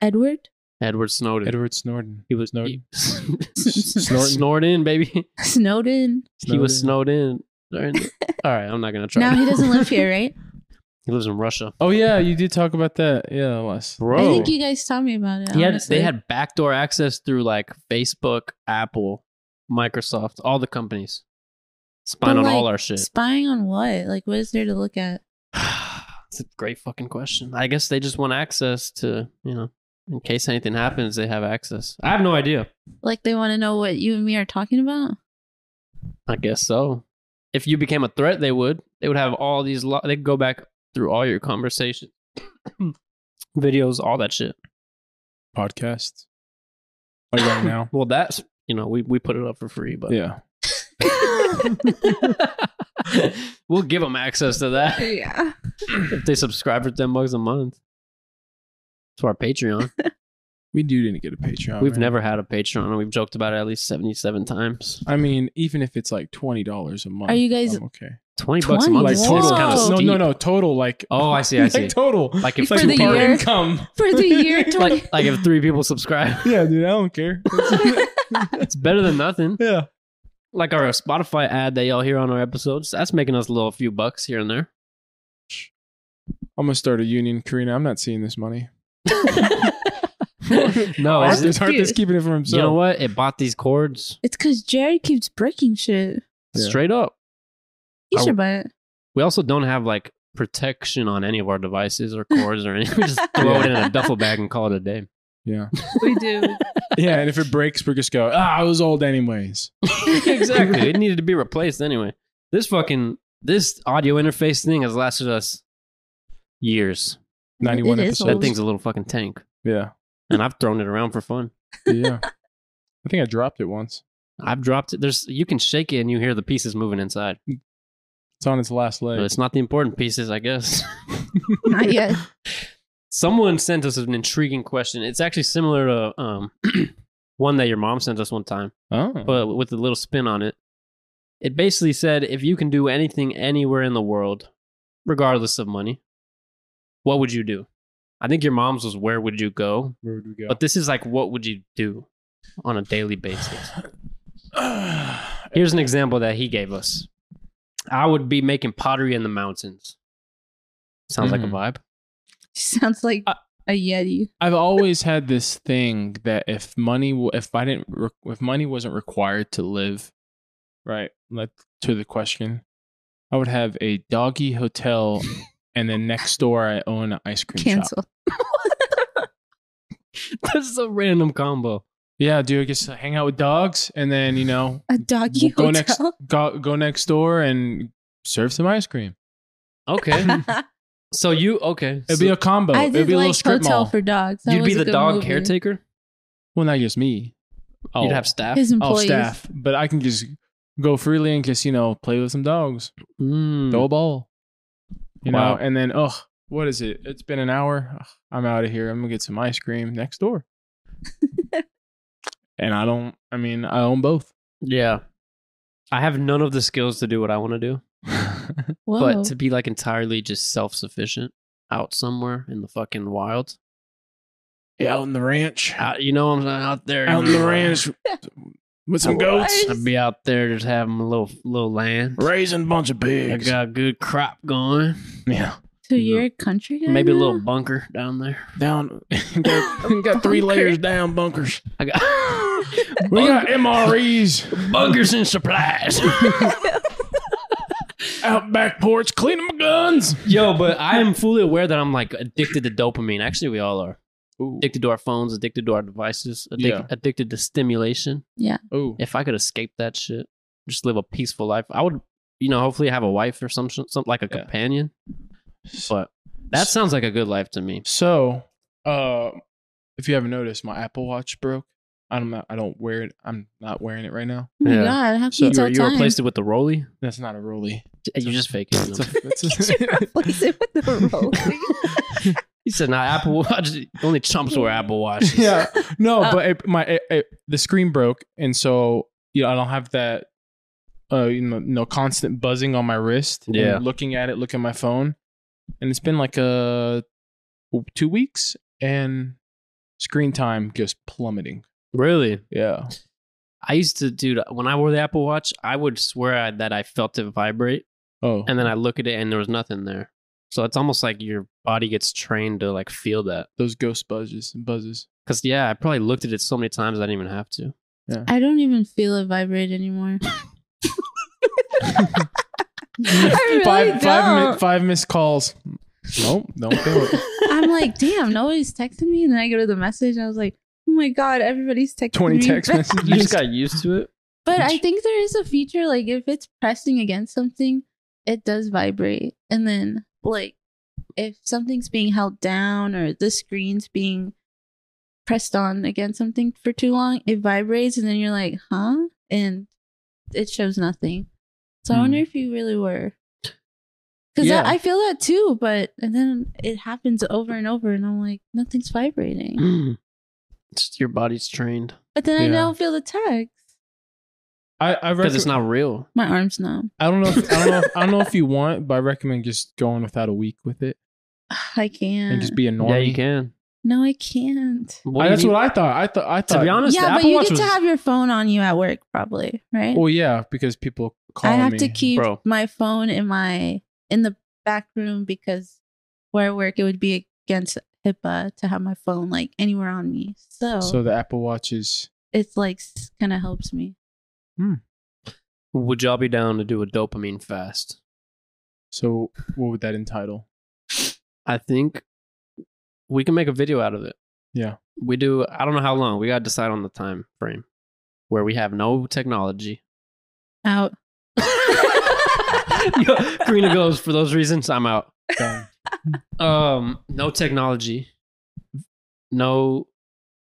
[SPEAKER 3] Edward?
[SPEAKER 2] Edward Snowden.
[SPEAKER 1] Edward Snowden.
[SPEAKER 2] he was
[SPEAKER 1] Snowden.
[SPEAKER 2] Snort
[SPEAKER 1] Snorton.
[SPEAKER 2] Snorting, baby.
[SPEAKER 3] Snowden.
[SPEAKER 2] He was snowed in. During the- All right, I'm not gonna try.
[SPEAKER 3] Now he doesn't live here, right?
[SPEAKER 2] He lives in Russia,
[SPEAKER 1] Oh yeah, you did talk about that. Yeah, less.
[SPEAKER 2] bro.
[SPEAKER 3] I think you guys taught me about it.
[SPEAKER 2] he had,
[SPEAKER 3] honestly.
[SPEAKER 2] they had backdoor access through like Facebook, Apple, Microsoft, all the companies spying
[SPEAKER 3] But,
[SPEAKER 2] on all
[SPEAKER 3] like,
[SPEAKER 2] our shit.
[SPEAKER 3] spying on what? Like, what is there to look at?
[SPEAKER 2] It's a great fucking question. I guess they just want access to you know, in case anything happens, they have access. I have no idea.
[SPEAKER 3] Like, they want to know what you and me are talking about.
[SPEAKER 2] I guess so. If you became a threat, they would. They would have all these. Lo- they could go back through all your conversations, videos, all that shit.
[SPEAKER 1] podcast. Like right now.
[SPEAKER 2] Well, that's you know, we we put it up for free, but
[SPEAKER 1] Yeah.
[SPEAKER 2] we'll give them access to that
[SPEAKER 3] yeah.
[SPEAKER 2] if they subscribe for ten bucks a month. To our Patreon,
[SPEAKER 1] We do need to get a Patreon.
[SPEAKER 2] we've
[SPEAKER 1] Oh, man.
[SPEAKER 2] never had a Patreon, and we've joked about it at least seventy-seven times.
[SPEAKER 1] I mean, even if it's like twenty dollars a month.
[SPEAKER 3] Are you guys-
[SPEAKER 1] I'm okay?
[SPEAKER 2] Twenty bucks a
[SPEAKER 3] 20?
[SPEAKER 2] month
[SPEAKER 1] Like
[SPEAKER 2] is
[SPEAKER 1] total?
[SPEAKER 3] seems
[SPEAKER 2] kind
[SPEAKER 3] kinda
[SPEAKER 2] of
[SPEAKER 1] no,
[SPEAKER 2] steep.
[SPEAKER 1] no, no. Total. Like.
[SPEAKER 2] Oh, I see, I see.
[SPEAKER 1] Like total.
[SPEAKER 2] Like if
[SPEAKER 3] For
[SPEAKER 2] two
[SPEAKER 3] the
[SPEAKER 2] par-
[SPEAKER 3] year.
[SPEAKER 1] income.
[SPEAKER 3] For the year 20.
[SPEAKER 2] like like if three people subscribe,
[SPEAKER 1] Yeah, dude. I don't care.
[SPEAKER 2] it's better than nothing.
[SPEAKER 1] yeah.
[SPEAKER 2] Like our Spotify ad that y'all hear on our episodes, that's making us a little few bucks here and there.
[SPEAKER 1] I'm gonna start a union, Karina. I'm not seeing this money.
[SPEAKER 2] no,
[SPEAKER 1] Art
[SPEAKER 2] it's,
[SPEAKER 1] is, Art is
[SPEAKER 3] Excuse.
[SPEAKER 1] keeping it for
[SPEAKER 2] Oh, you
[SPEAKER 1] himself.
[SPEAKER 2] know what? It bought these chords
[SPEAKER 3] it's because Jerry keeps breaking shit.
[SPEAKER 1] Yeah.
[SPEAKER 2] straight up.
[SPEAKER 3] You
[SPEAKER 2] I-
[SPEAKER 3] should buy it.
[SPEAKER 2] We also don't have like protection on any of our devices or cords or anything. We just throw it in a duffel bag and call it a day.
[SPEAKER 1] Yeah.
[SPEAKER 3] We do.
[SPEAKER 1] Yeah. And if it breaks, we just go. Ah, I was old anyways.
[SPEAKER 2] exactly. It needed to be replaced anyway. This fucking this audio interface thing has lasted us years.
[SPEAKER 1] Ninety-one
[SPEAKER 3] It is
[SPEAKER 1] episodes.
[SPEAKER 2] That
[SPEAKER 3] old.
[SPEAKER 2] thing's a little fucking tank.
[SPEAKER 1] Yeah.
[SPEAKER 2] And I've thrown it around for fun.
[SPEAKER 1] Yeah. I think I dropped it once.
[SPEAKER 2] I've dropped it. There's you can shake it and you hear the pieces moving inside.
[SPEAKER 1] It's on its last
[SPEAKER 2] But
[SPEAKER 1] leg.
[SPEAKER 2] it's not the important pieces, I guess.
[SPEAKER 3] Not yet.
[SPEAKER 2] Someone sent us an intriguing question. It's actually similar to um, one that your mom sent us one time,
[SPEAKER 1] Oh,
[SPEAKER 2] but with a little spin on it. It basically said if you can do anything anywhere in the world, regardless of money, what would you do? I think your mom's was where would you go?
[SPEAKER 1] where would we go?
[SPEAKER 2] But this is like what would you do on a daily basis? Here's an example that he gave us. I would be making pottery in the mountains. Sounds
[SPEAKER 1] Mhm.
[SPEAKER 2] like a vibe.
[SPEAKER 3] Sounds like
[SPEAKER 1] I-
[SPEAKER 3] a yeti.
[SPEAKER 1] I've always had this thing that if money, w- if I didn't, re- if money wasn't required to live, right? Let to the question, I would have a doggy hotel, and then next door I own an ice cream shop.
[SPEAKER 3] Cancel.
[SPEAKER 2] That's a random combo.
[SPEAKER 1] Yeah, dude, I guess I hang out with dogs, and then you know,
[SPEAKER 3] A doggy
[SPEAKER 1] go
[SPEAKER 3] hotel.
[SPEAKER 1] next, go, go next door and serve some ice cream.
[SPEAKER 2] Okay. so you okay?
[SPEAKER 1] It'd be a combo.
[SPEAKER 3] I
[SPEAKER 1] It'd
[SPEAKER 3] did
[SPEAKER 1] be a little
[SPEAKER 3] like
[SPEAKER 1] strip
[SPEAKER 3] hotel
[SPEAKER 1] mall.
[SPEAKER 3] for dogs. That
[SPEAKER 2] You'd be
[SPEAKER 3] was a
[SPEAKER 2] the
[SPEAKER 3] good
[SPEAKER 2] dog
[SPEAKER 3] movie.
[SPEAKER 2] caretaker.
[SPEAKER 1] well, not just me. Oh,
[SPEAKER 2] You'd have staff.
[SPEAKER 3] His
[SPEAKER 1] oh,
[SPEAKER 3] employees.
[SPEAKER 1] staff, but I can just go freely and just you know play with some dogs.
[SPEAKER 2] Mm.
[SPEAKER 1] throw a ball. You
[SPEAKER 2] Wow.
[SPEAKER 1] know, and then oh, what is it? It's been an hour. Ugh, I'm out of here. I'm gonna get some ice cream next door. and I don't. I mean, I own both.
[SPEAKER 2] Yeah. I have none of the skills to do what I want to do,
[SPEAKER 3] Whoa.
[SPEAKER 2] but to be like entirely just self sufficient out somewhere in the fucking wild.
[SPEAKER 1] yeah, out in the ranch. Out,
[SPEAKER 2] Out, you know, I'm out there
[SPEAKER 1] in the ranch with some goats,
[SPEAKER 2] I'd be out there just having a little little land.
[SPEAKER 1] raising a bunch of
[SPEAKER 2] I
[SPEAKER 1] pigs.
[SPEAKER 2] got a good crop going.
[SPEAKER 1] yeah,
[SPEAKER 3] so you're a country guy.
[SPEAKER 2] Maybe a
[SPEAKER 3] now?
[SPEAKER 2] little bunker down there.
[SPEAKER 1] down. got, got three
[SPEAKER 3] Bunker.
[SPEAKER 1] layers down bunkers.
[SPEAKER 2] I got
[SPEAKER 1] We got E, MREs
[SPEAKER 2] bunkers and supplies.
[SPEAKER 1] out back porch cleaning my guns.
[SPEAKER 2] Yo, but I am fully aware that I'm like addicted to dopamine. Actually, we all are
[SPEAKER 1] Ooh,
[SPEAKER 2] addicted to our phones, addicted to our devices, addic-
[SPEAKER 1] Yeah.
[SPEAKER 2] addicted to stimulation.
[SPEAKER 1] ooh,
[SPEAKER 2] If I could escape that shit, just live a peaceful life, I would. You know, hopefully have a wife or some sh- some like a
[SPEAKER 1] Yeah.
[SPEAKER 2] companion. But that sounds like a good life to me.
[SPEAKER 1] So, uh, if you haven't noticed, my Apple Watch broke. I'm not. I don't wear it. I'm not wearing it right now.
[SPEAKER 3] Oh my
[SPEAKER 2] Yeah.
[SPEAKER 3] god, how can
[SPEAKER 1] So
[SPEAKER 3] you
[SPEAKER 2] You,
[SPEAKER 3] tell
[SPEAKER 2] you
[SPEAKER 3] time?
[SPEAKER 2] replaced it with the Roly.
[SPEAKER 1] That's not a rollie.
[SPEAKER 2] You just faking. it.
[SPEAKER 1] It's a, it's
[SPEAKER 3] You
[SPEAKER 1] a-
[SPEAKER 3] replace it with the roll.
[SPEAKER 2] He said, "Nah, Apple Watch. Only chumps wear Apple Watches."
[SPEAKER 1] yeah. No,
[SPEAKER 3] Uh,
[SPEAKER 1] but it, my it, it, the screen broke, and so you know I don't have that. Uh, you know, no constant buzzing on my wrist. and
[SPEAKER 2] Yeah.
[SPEAKER 1] looking at it, looking at my phone, and it's been like uh two weeks, and screen time just plummeting.
[SPEAKER 2] Really?
[SPEAKER 1] Yeah.
[SPEAKER 2] I used to, dude. When I wore the Apple Watch, I would swear I, that I felt it vibrate,
[SPEAKER 1] Oh.
[SPEAKER 2] and then I look at it, and there was nothing there. So it's almost like your body gets trained to like feel that.
[SPEAKER 1] those ghost buzzes buzzes.
[SPEAKER 2] Cause yeah, I probably looked at it so many times I didn't even have to.
[SPEAKER 3] I don't even feel it vibrate anymore. I really
[SPEAKER 1] five, five, mi-
[SPEAKER 3] don't.
[SPEAKER 1] five missed calls. Nope, don't feel it.
[SPEAKER 3] I'm like, damn, nobody's texting me. And then I go to the message and I was like, oh my God, everybody's texting
[SPEAKER 1] 20
[SPEAKER 3] me.
[SPEAKER 1] text
[SPEAKER 3] back.
[SPEAKER 1] messages.
[SPEAKER 2] You just got used to it.
[SPEAKER 3] But I think there is a feature like if it's pressing against something, it does vibrate. And then, like, if something's being held down or the screen's being pressed on against something for too long, it vibrates. And then you're like, huh? And it shows nothing. So I wonder
[SPEAKER 1] Hmm.
[SPEAKER 3] if you really were. Because
[SPEAKER 2] Yeah.
[SPEAKER 3] I feel that too, but and then it happens over and over, and I'm like, nothing's vibrating.
[SPEAKER 2] It's just your body's trained
[SPEAKER 3] But then I
[SPEAKER 1] Mm. Yeah.
[SPEAKER 3] don't feel the text.
[SPEAKER 1] I, I
[SPEAKER 2] because
[SPEAKER 1] recommend.
[SPEAKER 2] it's not real.
[SPEAKER 3] My arms numb.
[SPEAKER 1] I don't know. If, I don't know. If, I don't know if you want, but I recommend just going without a week with it
[SPEAKER 3] I can't.
[SPEAKER 1] and just be a normie.
[SPEAKER 2] Mm. Yeah, you can.
[SPEAKER 3] No, I can't.
[SPEAKER 2] What
[SPEAKER 1] I-
[SPEAKER 2] do you
[SPEAKER 1] that's
[SPEAKER 2] mean?
[SPEAKER 1] what I thought. I thought. I thought.
[SPEAKER 2] to be honest,
[SPEAKER 3] yeah,
[SPEAKER 2] the
[SPEAKER 3] but
[SPEAKER 2] Apple
[SPEAKER 3] you
[SPEAKER 2] Watch
[SPEAKER 3] get
[SPEAKER 2] was
[SPEAKER 3] to have your phone on you at work, probably, right?
[SPEAKER 1] Well, yeah, because people call
[SPEAKER 3] I have
[SPEAKER 1] me.
[SPEAKER 3] to keep
[SPEAKER 2] Bro.
[SPEAKER 3] my phone in my in the back room because where I work, it would be against HIPAA to have my phone like anywhere on me. So,
[SPEAKER 1] So the Apple Watch is.
[SPEAKER 3] it's like kind of helps me.
[SPEAKER 2] would y'all be down to do a dopamine fast?
[SPEAKER 1] So what would that entitle?
[SPEAKER 2] I think we can make a video out of it.
[SPEAKER 1] Yeah.
[SPEAKER 2] We do I don't know how long. We gotta decide on the time frame where we have no technology.
[SPEAKER 3] Out.
[SPEAKER 2] Yo, Karina goes, for those reasons, I'm out.
[SPEAKER 1] Um,
[SPEAKER 2] Um, no technology. No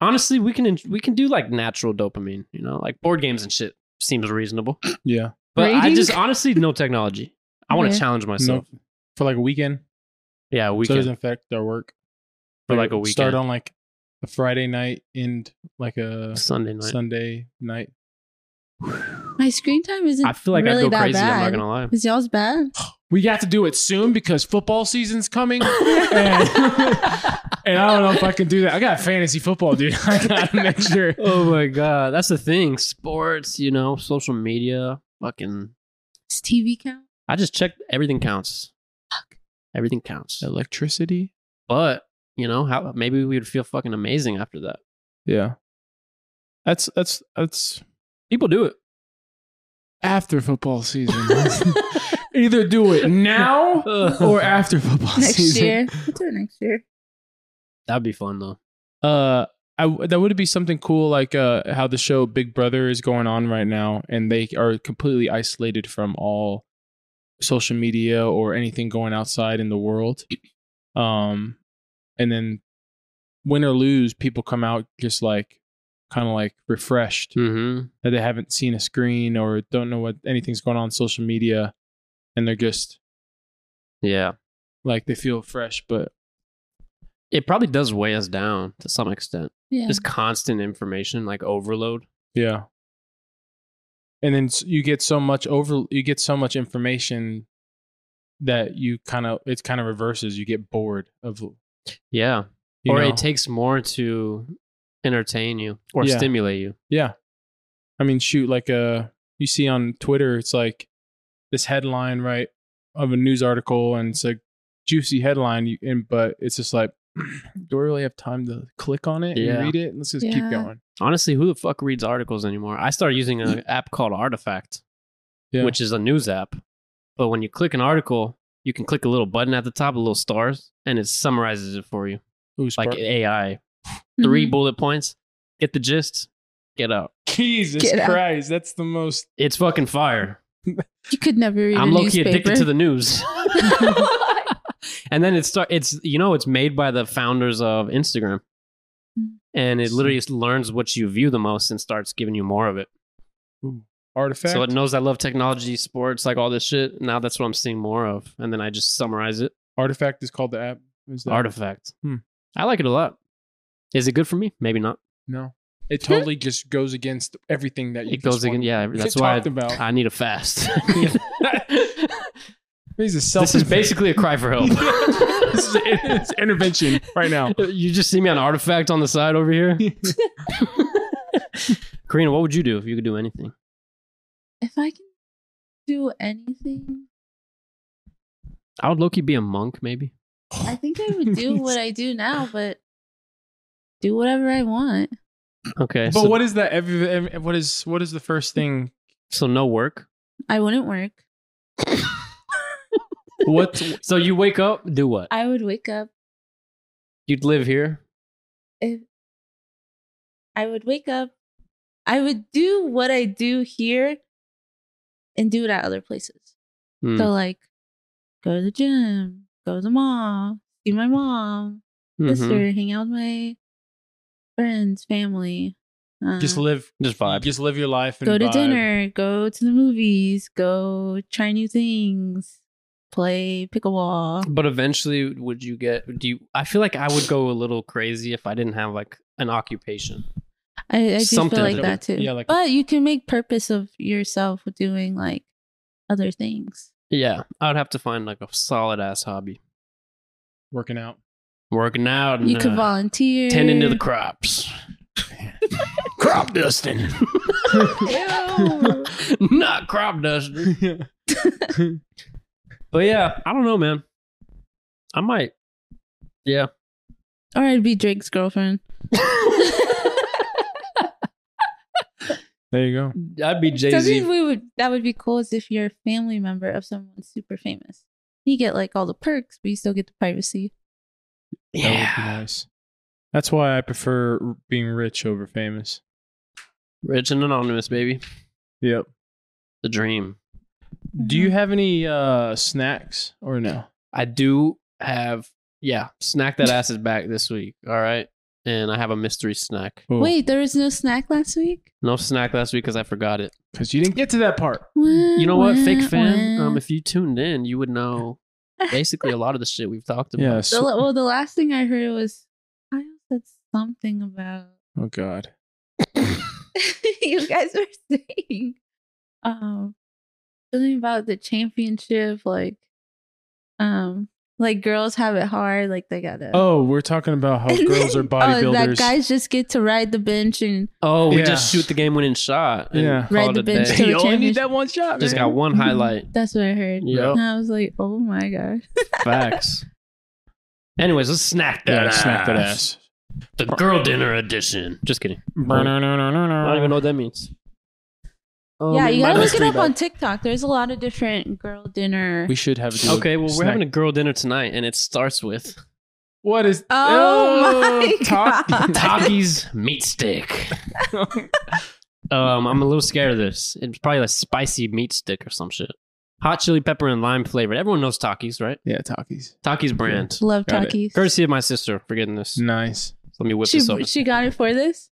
[SPEAKER 2] honestly, we can we can do like natural dopamine, you know, like board games and shit seems reasonable.
[SPEAKER 1] yeah,
[SPEAKER 2] But I
[SPEAKER 3] Rating?
[SPEAKER 2] just honestly no technology. I want to
[SPEAKER 3] Okay.
[SPEAKER 2] challenge myself.
[SPEAKER 1] no, for like a weekend.
[SPEAKER 2] Yeah, we
[SPEAKER 1] so it
[SPEAKER 2] can
[SPEAKER 1] doesn't affect our work
[SPEAKER 2] for like a weekend.
[SPEAKER 1] Start on like a Friday night and like a
[SPEAKER 2] Sunday night.
[SPEAKER 1] Sunday night.
[SPEAKER 3] My screen time isn't.
[SPEAKER 2] I feel like
[SPEAKER 3] really
[SPEAKER 2] I go
[SPEAKER 3] that
[SPEAKER 2] crazy.
[SPEAKER 3] Bad.
[SPEAKER 2] I'm not gonna lie.
[SPEAKER 3] Is y'all's bad?
[SPEAKER 1] We got to do it soon because football season's coming. and, and I don't know if I can do that. I got fantasy football, dude. I gotta make sure.
[SPEAKER 2] Oh my god, that's the thing. Sports, you know, social media, fucking.
[SPEAKER 3] Does TV count?
[SPEAKER 2] I just checked. Everything counts. Everything counts.
[SPEAKER 1] Electricity.
[SPEAKER 2] But you know, how maybe we would feel fucking amazing after that.
[SPEAKER 1] Yeah. That's that's that's
[SPEAKER 2] People do it.
[SPEAKER 1] after football season. Either do it now or after football
[SPEAKER 3] Next
[SPEAKER 1] season.
[SPEAKER 3] year. We'll do it next year.
[SPEAKER 2] That'd be fun though.
[SPEAKER 1] Uh, I w- that would be something cool, like uh, how the show Big Brother is going on right now, and they are completely isolated from all social media or anything going outside in the world. Um, and then win or lose, people come out just like kind of like refreshed
[SPEAKER 2] Mm-hmm.
[SPEAKER 1] that they haven't seen a screen or don't know what anything's going on in social media, and they're just
[SPEAKER 2] Yeah.
[SPEAKER 1] like they feel fresh, but
[SPEAKER 2] It probably does weigh us down to some extent.
[SPEAKER 3] Yeah.
[SPEAKER 2] Just constant information, like overload.
[SPEAKER 1] Yeah. And then s- you get so much over you get so much information that you kind of it kind of reverses. You get bored of
[SPEAKER 2] Yeah.
[SPEAKER 1] you
[SPEAKER 2] or
[SPEAKER 1] know?
[SPEAKER 2] it takes more to entertain you or
[SPEAKER 1] Yeah.
[SPEAKER 2] stimulate you.
[SPEAKER 1] yeah. I mean, shoot, like uh you see on Twitter, it's like this headline right of a news article, and it's a juicy headline, you- and but it's just like, do I really have time to click on it
[SPEAKER 2] Yeah.
[SPEAKER 1] and read it? Let's just keep
[SPEAKER 3] Yeah.
[SPEAKER 1] going.
[SPEAKER 2] Honestly, who the fuck reads articles anymore? I started using an app called Artifact,
[SPEAKER 1] Yeah.
[SPEAKER 2] which is a news app. But when you click an article, you can click a little button at the top, a little stars, and it summarizes it for you,
[SPEAKER 1] Ooh, spark-
[SPEAKER 2] like AI. 3
[SPEAKER 3] Mhm.
[SPEAKER 2] bullet points, get the gist, get out.
[SPEAKER 1] Jesus
[SPEAKER 3] Get out.
[SPEAKER 1] Christ, that's the most.
[SPEAKER 2] It's fucking fire.
[SPEAKER 3] You could never read
[SPEAKER 2] I'm
[SPEAKER 3] a
[SPEAKER 2] low key
[SPEAKER 3] newspaper.
[SPEAKER 2] addicted to the news. and then it start. It's you know it's made by the founders of Instagram,
[SPEAKER 3] Mm.
[SPEAKER 2] and it literally just learns what you view the most and starts giving you more of it.
[SPEAKER 1] Ooh, artifact.
[SPEAKER 2] So it knows I love technology, sports, like all this shit. Now that's what I'm seeing more of, and then I just summarize it.
[SPEAKER 1] artifact is called the app. Is that-
[SPEAKER 2] Artifact.
[SPEAKER 1] Hmm.
[SPEAKER 2] I like it a lot. Is it good for me? Maybe not.
[SPEAKER 1] No. It totally just goes against everything that you
[SPEAKER 2] It goes
[SPEAKER 1] just
[SPEAKER 2] again.
[SPEAKER 1] want-
[SPEAKER 2] Yeah,
[SPEAKER 1] you
[SPEAKER 2] that's why
[SPEAKER 1] talked about.
[SPEAKER 2] I, I need a fast.
[SPEAKER 1] This is self.
[SPEAKER 2] this is basically a cry for help.
[SPEAKER 1] this is it's intervention right now.
[SPEAKER 2] You just see me on artifact on the side over here. Karina, what would you do if you could do anything?
[SPEAKER 3] If I can do anything,
[SPEAKER 2] I would Loki be a monk, maybe.
[SPEAKER 3] I think I would do what I do now, but do whatever I want.
[SPEAKER 2] Okay,
[SPEAKER 1] But
[SPEAKER 2] so,
[SPEAKER 1] what is that? Every, every- what is what is the first thing?
[SPEAKER 2] so no work.
[SPEAKER 3] I wouldn't work.
[SPEAKER 1] What?
[SPEAKER 2] So you wake up, do what?
[SPEAKER 3] I would wake up
[SPEAKER 2] You'd live here.
[SPEAKER 3] if I would wake up, I would do what I do here and do it at other places.
[SPEAKER 2] Hmm.
[SPEAKER 3] So like go to the gym, go to the mall, see my mom,
[SPEAKER 2] Mhm.
[SPEAKER 3] sister, hang out with my friends, family. Uh,
[SPEAKER 1] Just live.
[SPEAKER 2] Just vibe.
[SPEAKER 1] Just live your life. And
[SPEAKER 3] go to
[SPEAKER 1] vibe.
[SPEAKER 3] dinner, go to the movies, go try new things, play pickleball.
[SPEAKER 2] But eventually, would you get? Do you? I feel like I would go a little crazy if I didn't have like an occupation.
[SPEAKER 3] I, I do
[SPEAKER 2] Something
[SPEAKER 3] feel like
[SPEAKER 2] that
[SPEAKER 3] that too.
[SPEAKER 1] would- yeah, like-
[SPEAKER 3] but you can make purpose of yourself with doing like other things.
[SPEAKER 2] Yeah, I would have to find like a solid ass hobby.
[SPEAKER 1] Working out.
[SPEAKER 2] Working out. And,
[SPEAKER 3] You could
[SPEAKER 2] uh,
[SPEAKER 3] volunteer.
[SPEAKER 2] tending to the crops. crop dusting. Not crop dusting. But yeah, I don't know, man. I might. Yeah.
[SPEAKER 3] or I'd be Drake's girlfriend.
[SPEAKER 1] There you go.
[SPEAKER 2] I'd be Jay
[SPEAKER 3] Something
[SPEAKER 2] Z.
[SPEAKER 3] we would that would be cool is if you're a family member of someone super famous. You get like all the perks, but you still get the privacy.
[SPEAKER 1] That would be nice. That's why I prefer r- being rich over famous.
[SPEAKER 2] Rich and anonymous, baby.
[SPEAKER 1] Yep.
[SPEAKER 2] The dream.
[SPEAKER 1] Do
[SPEAKER 3] Mm-hmm.
[SPEAKER 1] you have any uh snacks or no?
[SPEAKER 2] I do have, yeah, snack that ass is back this week. All right. And I have a mystery snack.
[SPEAKER 1] Ooh.
[SPEAKER 3] Wait, there was no snack last week.
[SPEAKER 2] No snack last week because I forgot it.
[SPEAKER 1] Because you didn't get to that part.
[SPEAKER 2] You know what, fake fan? Um, if you tuned in, you would know basically a lot of the shit we've talked about.
[SPEAKER 1] Yes.
[SPEAKER 3] the, well, the last thing I heard was Kyle said something about
[SPEAKER 1] Oh God.
[SPEAKER 3] you guys were saying. Um something about the championship, like um like girls have it hard, like they gotta
[SPEAKER 1] Oh, we're talking about how girls are
[SPEAKER 3] then- oh, that
[SPEAKER 1] bodybuilders.
[SPEAKER 3] guys just get to ride the bench and
[SPEAKER 2] Oh, we
[SPEAKER 1] Yeah.
[SPEAKER 2] just shoot the game winning shot. and
[SPEAKER 1] Yeah.
[SPEAKER 2] call
[SPEAKER 3] Ride
[SPEAKER 2] it
[SPEAKER 3] the
[SPEAKER 2] a
[SPEAKER 3] bench
[SPEAKER 2] day.
[SPEAKER 3] to the
[SPEAKER 1] you only need
[SPEAKER 3] championship.
[SPEAKER 1] that one shot.
[SPEAKER 2] Just
[SPEAKER 1] man.
[SPEAKER 2] got one highlight.
[SPEAKER 3] that's what I heard.
[SPEAKER 2] Yep.
[SPEAKER 3] And I was like, oh my gosh.
[SPEAKER 2] Facts. Anyways, let's snack that.
[SPEAKER 1] Yeah,
[SPEAKER 2] ass.
[SPEAKER 1] snap that ass.
[SPEAKER 2] The girl dinner edition. Just kidding. I don't even know what that means.
[SPEAKER 1] Oh,
[SPEAKER 2] Um,
[SPEAKER 3] yeah, you
[SPEAKER 2] my
[SPEAKER 3] gotta look it
[SPEAKER 2] mystery
[SPEAKER 3] up
[SPEAKER 2] bag.
[SPEAKER 3] on TikTok. There's a lot of different girl dinner.
[SPEAKER 1] We should have. A
[SPEAKER 2] Okay, well, we're having a girl dinner tonight, and it starts with
[SPEAKER 1] What is?
[SPEAKER 3] Oh, my
[SPEAKER 1] talk-
[SPEAKER 3] God.
[SPEAKER 2] Takis meat stick. um, I'm a little scared of this. It's probably a spicy meat stick or some shit. Hot chili pepper and lime flavored. Everyone knows Takis, right?
[SPEAKER 1] Yeah, Takis.
[SPEAKER 2] Takis brand.
[SPEAKER 3] Love
[SPEAKER 1] Got it.
[SPEAKER 3] talkies.
[SPEAKER 2] Courtesy of my sister for getting this.
[SPEAKER 1] Nice.
[SPEAKER 2] Let me whip
[SPEAKER 3] she,
[SPEAKER 2] this up.
[SPEAKER 3] she got it for this.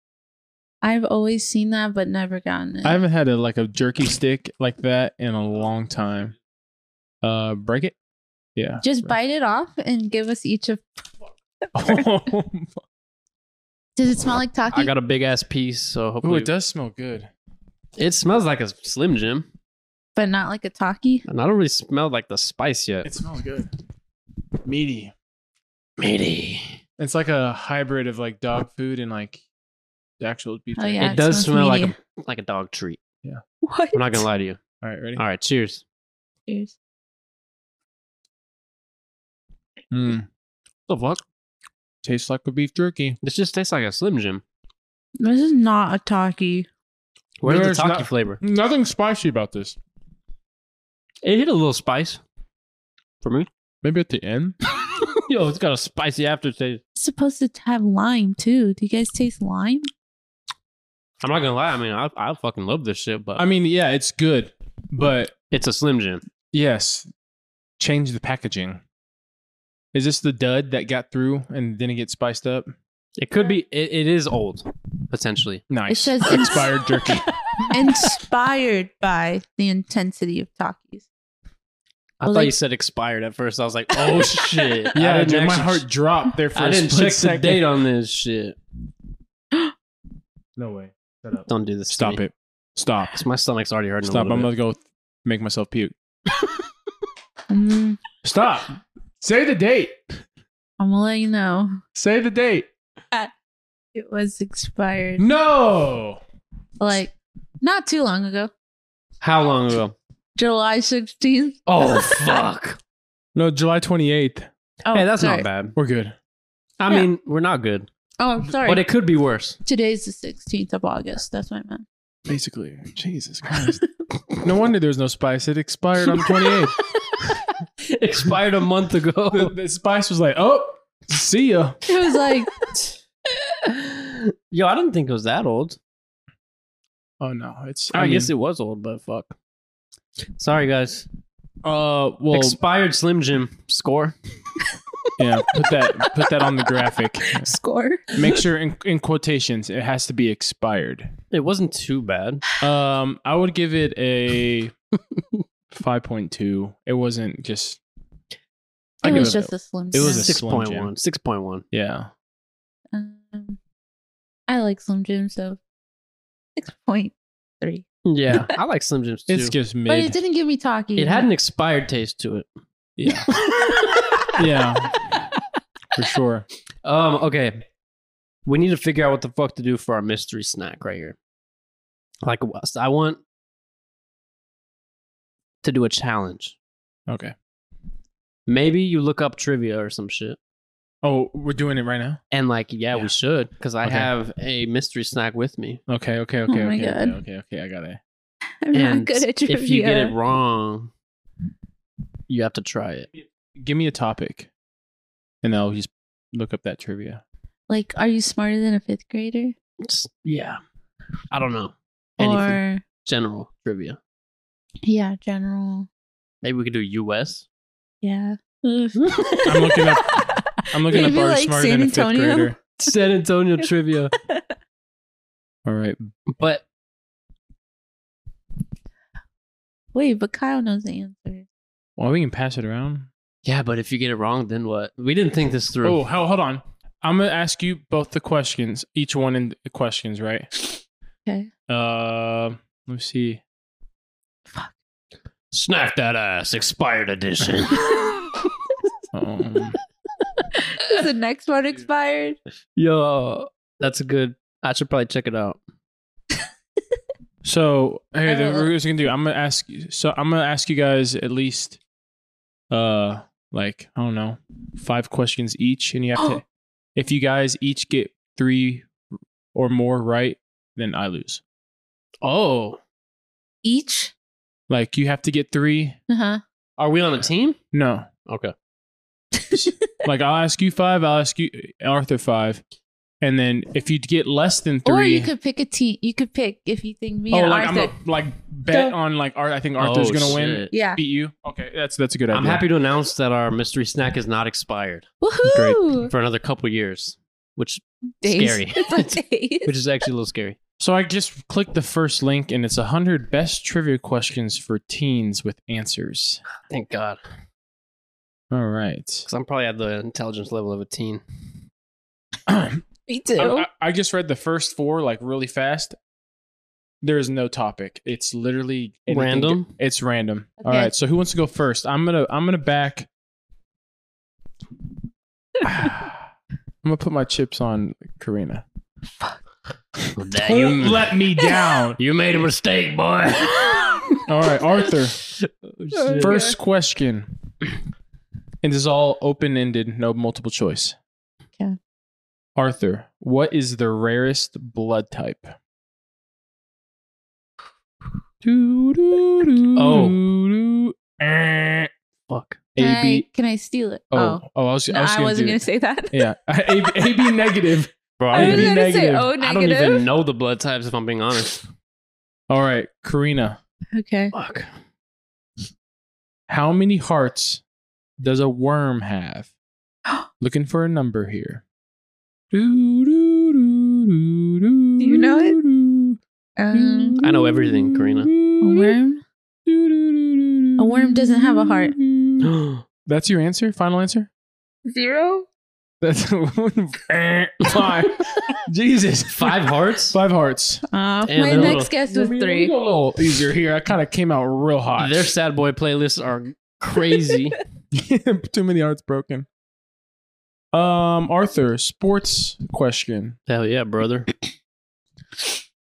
[SPEAKER 3] I've always seen that, but never gotten it.
[SPEAKER 1] I haven't had a like a jerky stick like that in a long time. Uh, break it. Yeah.
[SPEAKER 3] Just bite it off and give us each a.
[SPEAKER 1] oh,
[SPEAKER 3] Does it smell like talkie?
[SPEAKER 2] I got a big ass piece, so hopefully
[SPEAKER 1] it does smell good.
[SPEAKER 2] It smells like a Slim Jim,
[SPEAKER 3] but not like a talkie.
[SPEAKER 2] and I don't really smell like the spice yet.
[SPEAKER 1] It smells good. Meaty.
[SPEAKER 2] meaty.
[SPEAKER 1] It's like a hybrid of like dog food and like the actual beef.
[SPEAKER 3] Oh,
[SPEAKER 1] jerky.
[SPEAKER 3] yeah.
[SPEAKER 2] it
[SPEAKER 3] it
[SPEAKER 2] does
[SPEAKER 3] smells
[SPEAKER 2] smell like a,
[SPEAKER 3] meaty.
[SPEAKER 2] like a dog treat.
[SPEAKER 3] What?
[SPEAKER 2] I'm not gonna lie to you.
[SPEAKER 1] All right, ready?
[SPEAKER 2] All right, cheers.
[SPEAKER 3] Cheers.
[SPEAKER 1] Mm.
[SPEAKER 2] The fuck?
[SPEAKER 1] Tastes like a beef jerky.
[SPEAKER 2] This just tastes like a Slim Jim.
[SPEAKER 3] This is not a talkie.
[SPEAKER 2] Where's
[SPEAKER 1] There's
[SPEAKER 2] the Taki
[SPEAKER 1] not-
[SPEAKER 2] flavor?
[SPEAKER 1] Nothing spicy about this.
[SPEAKER 2] It hit a little spice for me.
[SPEAKER 1] Maybe at the end.
[SPEAKER 2] Yo, it's got a spicy aftertaste.
[SPEAKER 3] It's supposed to have lime too. Do you guys taste lime?
[SPEAKER 2] I'm not gonna lie. I mean, I, I fucking love this shit, but
[SPEAKER 1] I mean, yeah, it's good, but
[SPEAKER 2] it's a Slim Jim.
[SPEAKER 1] yes, change the packaging. Is this the dud that got through and didn't get spiced up?
[SPEAKER 2] It could be. It, it is old, potentially.
[SPEAKER 1] Nice.
[SPEAKER 3] It says
[SPEAKER 1] expired jerky.
[SPEAKER 3] inspired by the intensity of talkies.
[SPEAKER 2] I
[SPEAKER 3] Well,
[SPEAKER 2] thought
[SPEAKER 3] like-
[SPEAKER 2] you said expired at first. I was like, oh shit. I
[SPEAKER 1] Yeah,
[SPEAKER 2] didn't
[SPEAKER 1] dude, my
[SPEAKER 2] actually-
[SPEAKER 1] heart dropped there for
[SPEAKER 2] I
[SPEAKER 1] a
[SPEAKER 2] didn't
[SPEAKER 1] split
[SPEAKER 2] check the
[SPEAKER 1] second.
[SPEAKER 2] date on this shit.
[SPEAKER 1] No way. Shut up.
[SPEAKER 2] Don't do this. to
[SPEAKER 1] Stop
[SPEAKER 2] me.
[SPEAKER 1] it. Stop.
[SPEAKER 2] 'Cause My stomach's already hurting.
[SPEAKER 1] Stop.
[SPEAKER 2] A
[SPEAKER 1] I'm
[SPEAKER 2] little
[SPEAKER 1] gonna
[SPEAKER 2] bit.
[SPEAKER 1] go make myself puke.
[SPEAKER 3] Mm,
[SPEAKER 1] Stop. Say the date.
[SPEAKER 3] I'm gonna let you know.
[SPEAKER 1] Say the date.
[SPEAKER 3] It was expired
[SPEAKER 1] No.
[SPEAKER 3] like not too long ago.
[SPEAKER 2] How long ago?
[SPEAKER 3] July 16th.
[SPEAKER 2] Oh fuck.
[SPEAKER 1] No, July 28th.
[SPEAKER 3] Oh,
[SPEAKER 2] hey, that's
[SPEAKER 3] sorry.
[SPEAKER 2] not bad.
[SPEAKER 1] We're good.
[SPEAKER 2] I
[SPEAKER 3] Yeah.
[SPEAKER 2] mean, we're not good,
[SPEAKER 3] Oh, I'm sorry.
[SPEAKER 2] but it could be worse.
[SPEAKER 3] Today's the 16th of August. That's what I meant.
[SPEAKER 1] Basically, Jesus Christ. no wonder there's no spice. It expired on the 28th.
[SPEAKER 2] Expired a month
[SPEAKER 1] the,
[SPEAKER 2] ago.
[SPEAKER 1] the spice was like, oh, see ya.
[SPEAKER 3] It was like,
[SPEAKER 2] Yo, I didn't think it was that old.
[SPEAKER 1] Oh no, it's.
[SPEAKER 2] I, guess it was old, but fuck. Sorry, guys.
[SPEAKER 1] Uh, well,
[SPEAKER 2] Expired Slim Jim score.
[SPEAKER 1] yeah. Put that put that on the graphic.
[SPEAKER 3] score.
[SPEAKER 1] Make sure in, in quotations it has to be expired.
[SPEAKER 2] It wasn't too bad.
[SPEAKER 1] Um, I would give it a five point two. It wasn't just. I
[SPEAKER 3] It
[SPEAKER 1] give
[SPEAKER 3] was
[SPEAKER 1] a-
[SPEAKER 3] just a slim
[SPEAKER 1] it was a
[SPEAKER 3] Jim.
[SPEAKER 2] six
[SPEAKER 1] Slim
[SPEAKER 2] point
[SPEAKER 1] Jim.
[SPEAKER 2] one. Six point one.
[SPEAKER 1] yeah.
[SPEAKER 3] um, I like Slim Jim, so 6.3.
[SPEAKER 2] Yeah, I like Slim Jims too.
[SPEAKER 1] It's just mid.
[SPEAKER 3] But it didn't give me talkie.
[SPEAKER 2] It e- had an expired taste to it.
[SPEAKER 1] yeah, yeah, for sure.
[SPEAKER 2] Um, okay. We need to figure out what the fuck to do for our mystery snack right here. Like, I want to do a challenge.
[SPEAKER 1] Okay.
[SPEAKER 2] Maybe you look up trivia or some shit.
[SPEAKER 1] Oh, we're doing it right now.
[SPEAKER 2] And, like, yeah,
[SPEAKER 1] Yeah.
[SPEAKER 2] we should because I
[SPEAKER 1] Okay.
[SPEAKER 2] have a mystery snack with me.
[SPEAKER 1] Okay, okay, okay,
[SPEAKER 3] Oh my
[SPEAKER 1] okay,
[SPEAKER 3] God.
[SPEAKER 1] okay, okay, okay. I got it.
[SPEAKER 3] I'm
[SPEAKER 2] and
[SPEAKER 3] not good at trivia.
[SPEAKER 2] if you get it wrong, you have to try it.
[SPEAKER 1] Give me a topic, and I'll just look up that trivia.
[SPEAKER 3] Like, are you smarter than a fifth grader?
[SPEAKER 2] It's- yeah. I don't know. Anything.
[SPEAKER 3] Or,
[SPEAKER 2] General trivia.
[SPEAKER 3] yeah, general.
[SPEAKER 2] Maybe we could do U.S.
[SPEAKER 3] Yeah. Ugh.
[SPEAKER 1] I'm looking up. I'm looking up.
[SPEAKER 3] Maybe
[SPEAKER 1] Are you
[SPEAKER 3] like
[SPEAKER 1] smarter
[SPEAKER 3] San
[SPEAKER 1] than a fifth
[SPEAKER 3] Antonio?
[SPEAKER 1] grader?
[SPEAKER 2] San Antonio trivia.
[SPEAKER 1] All right.
[SPEAKER 2] But
[SPEAKER 3] Wait, but Kyle knows the answer.
[SPEAKER 1] Well, we can pass it around.
[SPEAKER 2] Yeah, but if you get it wrong, then what? We didn't think this through.
[SPEAKER 1] Oh, hell, hold on. I'm gonna ask you both the questions, each one in the questions, right?
[SPEAKER 3] Okay.
[SPEAKER 1] Uh, let me see.
[SPEAKER 2] Snack that ass, expired edition.
[SPEAKER 1] Um,
[SPEAKER 3] Is the next one expired?
[SPEAKER 2] Yo, that's a good. I should probably check it out.
[SPEAKER 1] so here, then
[SPEAKER 3] Uh.
[SPEAKER 1] we're just gonna do. I'm gonna ask. you- So I'm gonna ask you guys at least, uh, like I don't know, five questions each, and you have to. If you guys each get three or more right, then I lose.
[SPEAKER 2] Oh,
[SPEAKER 3] Each?
[SPEAKER 1] Like you have to get three.
[SPEAKER 3] Uh huh.
[SPEAKER 2] are we on a team?
[SPEAKER 1] No,
[SPEAKER 2] Okay.
[SPEAKER 1] like I'll ask you five. I'll ask you uh, Arthur five, and then if you get less than three,
[SPEAKER 3] Or you could pick a team. You could pick if you think me
[SPEAKER 1] oh,
[SPEAKER 3] and
[SPEAKER 1] like
[SPEAKER 3] Arthur.
[SPEAKER 1] I'm gonna like bet
[SPEAKER 3] Go.
[SPEAKER 1] on like Ar- I think
[SPEAKER 2] Oh,
[SPEAKER 1] Arthur's gonna win,
[SPEAKER 3] yeah.
[SPEAKER 1] beat you. Okay, that's that's a good idea.
[SPEAKER 2] I'm happy to announce that our mystery snack is not expired
[SPEAKER 3] Woohoo!
[SPEAKER 2] for another couple years, which Scary.
[SPEAKER 3] It's like days.
[SPEAKER 2] which is actually a little scary.
[SPEAKER 1] So I just clicked the first link, and it's hundred best trivia questions for teens with answers.
[SPEAKER 2] Thank God,
[SPEAKER 1] All right.
[SPEAKER 2] because I'm probably at the intelligence level of a teen.
[SPEAKER 3] me
[SPEAKER 1] I,
[SPEAKER 3] too.
[SPEAKER 1] I, I just read the first four like really fast. There is no topic. It's literally anything-
[SPEAKER 2] Random?
[SPEAKER 1] It's random. All
[SPEAKER 3] Okay.
[SPEAKER 1] right. So who wants to go first? I'm gonna I'm gonna back. I'm gonna put my chips on Karina. Don't let me down.
[SPEAKER 2] you made a mistake, boy.
[SPEAKER 1] All right, Arthur.
[SPEAKER 2] shit.
[SPEAKER 1] First question. And this is all open ended, no multiple choice.
[SPEAKER 3] Okay.
[SPEAKER 1] Arthur, what is the rarest blood type? Oh.
[SPEAKER 2] Fuck.
[SPEAKER 3] Can I-
[SPEAKER 1] AB.
[SPEAKER 3] can I steal it?
[SPEAKER 1] Oh, oh, I was,
[SPEAKER 3] No,
[SPEAKER 1] I was
[SPEAKER 3] I
[SPEAKER 1] gonna do
[SPEAKER 3] wasn't going
[SPEAKER 1] it.
[SPEAKER 3] to say that.
[SPEAKER 1] Yeah. AB, AB negative.
[SPEAKER 2] Bro,
[SPEAKER 3] I
[SPEAKER 1] I'd
[SPEAKER 3] was
[SPEAKER 1] be
[SPEAKER 3] going to say
[SPEAKER 1] negative.
[SPEAKER 3] O
[SPEAKER 2] I don't
[SPEAKER 3] negative.
[SPEAKER 2] even know the blood types if I'm being honest.
[SPEAKER 1] All right, Karina.
[SPEAKER 3] Okay.
[SPEAKER 2] Fuck.
[SPEAKER 1] How many hearts does a worm have? Looking for a number here. Do
[SPEAKER 3] you know it? Um,
[SPEAKER 1] it?
[SPEAKER 2] I know everything, Karina.
[SPEAKER 1] Hmm.
[SPEAKER 3] a worm?
[SPEAKER 1] A
[SPEAKER 3] A worm doesn't have a heart.
[SPEAKER 1] That's your answer? Final answer?
[SPEAKER 3] Zero?
[SPEAKER 1] That's five. Jesus.
[SPEAKER 2] Five hearts?
[SPEAKER 1] Five hearts.
[SPEAKER 3] Uh,
[SPEAKER 2] Damn,
[SPEAKER 3] my
[SPEAKER 2] they're
[SPEAKER 3] next
[SPEAKER 2] little-
[SPEAKER 3] guess was
[SPEAKER 1] We
[SPEAKER 3] three.
[SPEAKER 1] go a little easier here. I kind of came out real hot.
[SPEAKER 2] Their sad boy playlists are crazy.
[SPEAKER 1] Too many hearts broken. Um, Arthur, sports question.
[SPEAKER 2] Hell yeah, brother.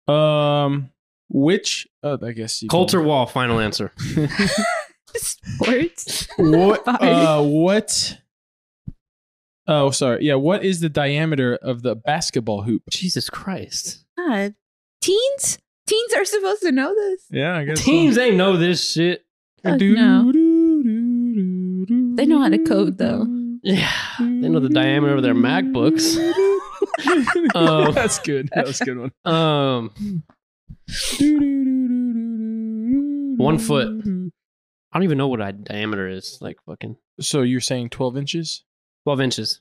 [SPEAKER 1] Um, which? Uh, I guess you
[SPEAKER 2] Coulter Wall, final answer.
[SPEAKER 3] Sports?
[SPEAKER 1] can- What?
[SPEAKER 3] Fine.
[SPEAKER 1] Uh, what? Oh, sorry. Yeah, what is the diameter of the basketball hoop?
[SPEAKER 2] Jesus Christ.
[SPEAKER 3] God. Teens? Teens are supposed to know this.
[SPEAKER 1] Yeah, I guess
[SPEAKER 2] Teams ain't know this shit.
[SPEAKER 3] Fuck no. They know how to code, though.
[SPEAKER 2] Yeah. They know the diameter of their MacBooks. Um,
[SPEAKER 1] That's good. That was a good one.
[SPEAKER 2] Um, One foot. I don't even know what a diameter is. Like fucking
[SPEAKER 1] So you're saying 12 inches?
[SPEAKER 2] 12 inches.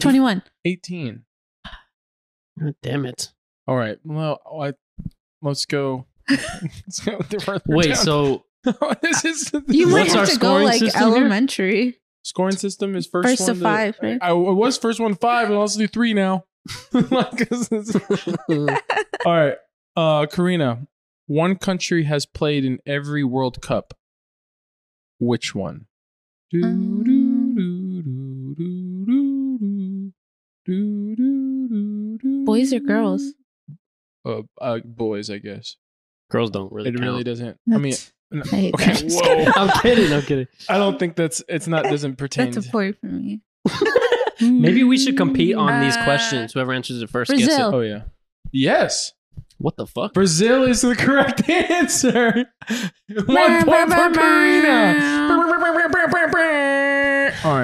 [SPEAKER 3] 21.
[SPEAKER 1] 18.
[SPEAKER 2] God damn it.
[SPEAKER 1] All right. Well, I, let's go. Let's go with the further
[SPEAKER 2] Wait,
[SPEAKER 1] down.
[SPEAKER 2] so
[SPEAKER 1] this is
[SPEAKER 3] You might
[SPEAKER 2] What's our
[SPEAKER 3] have to go
[SPEAKER 2] scoring
[SPEAKER 3] like
[SPEAKER 2] system here?
[SPEAKER 3] elementary.
[SPEAKER 1] scoring system is first,
[SPEAKER 3] First
[SPEAKER 1] one
[SPEAKER 3] to five, right?
[SPEAKER 1] I, I was first one to five, and let's do three now. Like, 'cause it's- All right, uh, Karina. One country has played in every World Cup. Which one?
[SPEAKER 3] Um, Boys or girls?
[SPEAKER 1] Uh, uh, boys, I guess.
[SPEAKER 2] girls don't really
[SPEAKER 1] It
[SPEAKER 2] count.
[SPEAKER 1] really doesn't. I mean,
[SPEAKER 3] That's-
[SPEAKER 1] n-
[SPEAKER 3] I hate
[SPEAKER 1] okay.
[SPEAKER 3] that.
[SPEAKER 1] Whoa.
[SPEAKER 2] I'm kidding. I'm kidding.
[SPEAKER 1] I don't think that's. It's not. Doesn't pertain.
[SPEAKER 3] That's a point for me.
[SPEAKER 2] Maybe we should compete on these
[SPEAKER 3] Uh,
[SPEAKER 2] questions. Whoever answers it first gets it.
[SPEAKER 3] Brazil.
[SPEAKER 1] oh yeah. Yes.
[SPEAKER 2] What the fuck?
[SPEAKER 1] Brazil is the correct answer. One point for Karina. All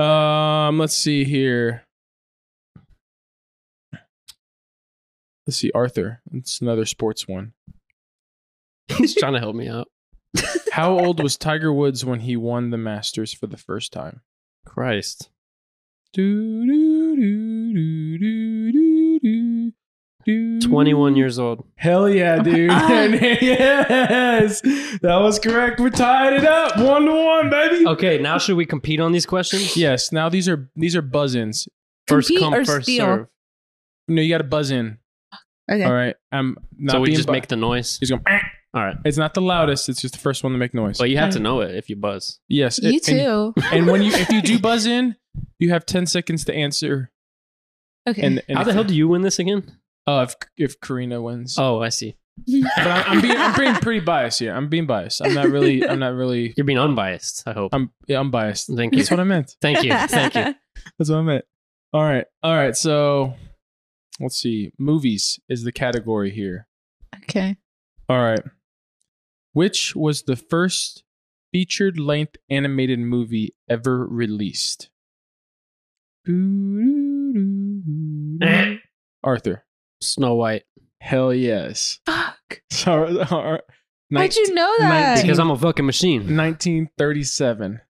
[SPEAKER 1] right. Um, let's see here. Let's see, Arthur. It's another sports one.
[SPEAKER 2] He's trying to help me out.
[SPEAKER 1] How old was Tiger Woods when he won the Masters for the first time?
[SPEAKER 2] Christ.
[SPEAKER 1] Do, do, do, do, do, do, do. Dude.
[SPEAKER 2] 21 years old.
[SPEAKER 1] Hell yeah, dude.
[SPEAKER 3] Ah, Uh,
[SPEAKER 1] yes. That was correct. We're tied it up. One to one, baby.
[SPEAKER 2] Okay, now should we compete on these questions?
[SPEAKER 1] Oh, Yes. Now these are these are buzz ins.
[SPEAKER 2] First
[SPEAKER 3] Compete
[SPEAKER 2] come,
[SPEAKER 3] or
[SPEAKER 2] first
[SPEAKER 3] steal?
[SPEAKER 2] serve.
[SPEAKER 1] No, you gotta buzz in.
[SPEAKER 3] Okay.
[SPEAKER 1] All right. I'm not
[SPEAKER 2] so we
[SPEAKER 1] being
[SPEAKER 2] just
[SPEAKER 1] bu-
[SPEAKER 2] make the noise.
[SPEAKER 1] He's going, "Eh."
[SPEAKER 2] All right,
[SPEAKER 1] it's not the loudest, it's just the first one to make noise.
[SPEAKER 2] but you have to know it if you buzz.
[SPEAKER 1] yes.
[SPEAKER 3] You
[SPEAKER 1] and- And,
[SPEAKER 3] too.
[SPEAKER 1] and when you if you do buzz in, you have ten seconds to answer.
[SPEAKER 3] Okay.
[SPEAKER 1] And, and
[SPEAKER 2] How
[SPEAKER 1] if,
[SPEAKER 2] the hell do you win this again?
[SPEAKER 1] uh, if if Karina wins.
[SPEAKER 2] Oh, I see.
[SPEAKER 1] But I'm, I'm being I'm being pretty biased here. I'm being biased. I'm not really I'm not really
[SPEAKER 2] You're being unbiased. I hope.
[SPEAKER 1] I'm yeah, I'm biased.
[SPEAKER 2] Thank you.
[SPEAKER 1] That's what I meant.
[SPEAKER 2] Thank you. Thank you.
[SPEAKER 1] That's what I meant. All right. All right. So let's see. Movies is the category here.
[SPEAKER 3] Okay.
[SPEAKER 1] All right. Which was the first featured length animated movie ever released? Arthur.
[SPEAKER 2] Snow White.
[SPEAKER 1] Hell yes.
[SPEAKER 3] Fuck.
[SPEAKER 1] Sorry. all right.
[SPEAKER 3] How'd you know that?
[SPEAKER 1] nineteen-
[SPEAKER 2] Because I'm a fucking machine.
[SPEAKER 1] 1937.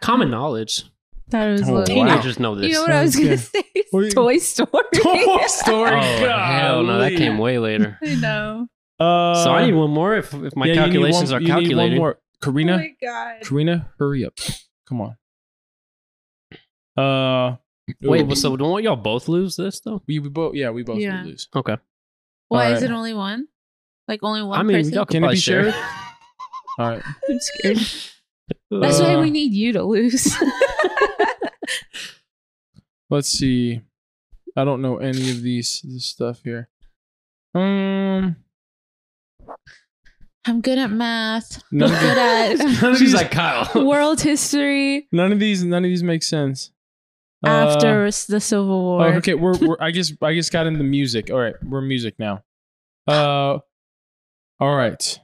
[SPEAKER 2] Common knowledge.
[SPEAKER 3] Thought it was
[SPEAKER 1] Oh,
[SPEAKER 3] low.
[SPEAKER 1] wow.
[SPEAKER 2] Teenagers know this.
[SPEAKER 3] You know what I was
[SPEAKER 1] Okay.
[SPEAKER 3] gonna say?
[SPEAKER 1] What do you-
[SPEAKER 3] Toy Story.
[SPEAKER 1] Toy Story.
[SPEAKER 2] oh hell no, that
[SPEAKER 1] golly.
[SPEAKER 2] came way later.
[SPEAKER 3] I know.
[SPEAKER 1] Uh,
[SPEAKER 2] so I need one more if, if my
[SPEAKER 1] yeah, you need
[SPEAKER 2] calculations
[SPEAKER 1] one-
[SPEAKER 2] are
[SPEAKER 1] you need one
[SPEAKER 2] calculated.
[SPEAKER 1] more. Karina.
[SPEAKER 3] Oh my god.
[SPEAKER 1] Karina, hurry up. Come on. Uh
[SPEAKER 2] Wait,
[SPEAKER 1] ooh,
[SPEAKER 2] well, so don't y'all both lose this though?
[SPEAKER 1] we, we both yeah, we both would
[SPEAKER 3] Yeah.
[SPEAKER 1] lose.
[SPEAKER 2] Okay.
[SPEAKER 3] Why
[SPEAKER 1] All
[SPEAKER 3] is
[SPEAKER 1] right.
[SPEAKER 3] it only one? Like only one
[SPEAKER 2] I mean,
[SPEAKER 3] person?
[SPEAKER 2] y'all
[SPEAKER 1] Can
[SPEAKER 2] can
[SPEAKER 1] it
[SPEAKER 2] probably
[SPEAKER 1] be
[SPEAKER 2] share.
[SPEAKER 1] shared? All right.
[SPEAKER 3] I'm scared. That's
[SPEAKER 1] Uh,
[SPEAKER 3] why we need you to lose.
[SPEAKER 1] Let's see. I don't know any of these this stuff here. Um
[SPEAKER 3] I'm good at math.
[SPEAKER 1] none of
[SPEAKER 3] Good
[SPEAKER 1] these,
[SPEAKER 3] at
[SPEAKER 1] none of
[SPEAKER 2] She's
[SPEAKER 1] these-
[SPEAKER 2] like Kyle.
[SPEAKER 3] world history
[SPEAKER 1] none of these none of these make sense. Uh,
[SPEAKER 3] after the Civil
[SPEAKER 1] oh,
[SPEAKER 3] War.
[SPEAKER 1] okay, we're, we're I just I just got into music. All right, we're music now. Uh all right.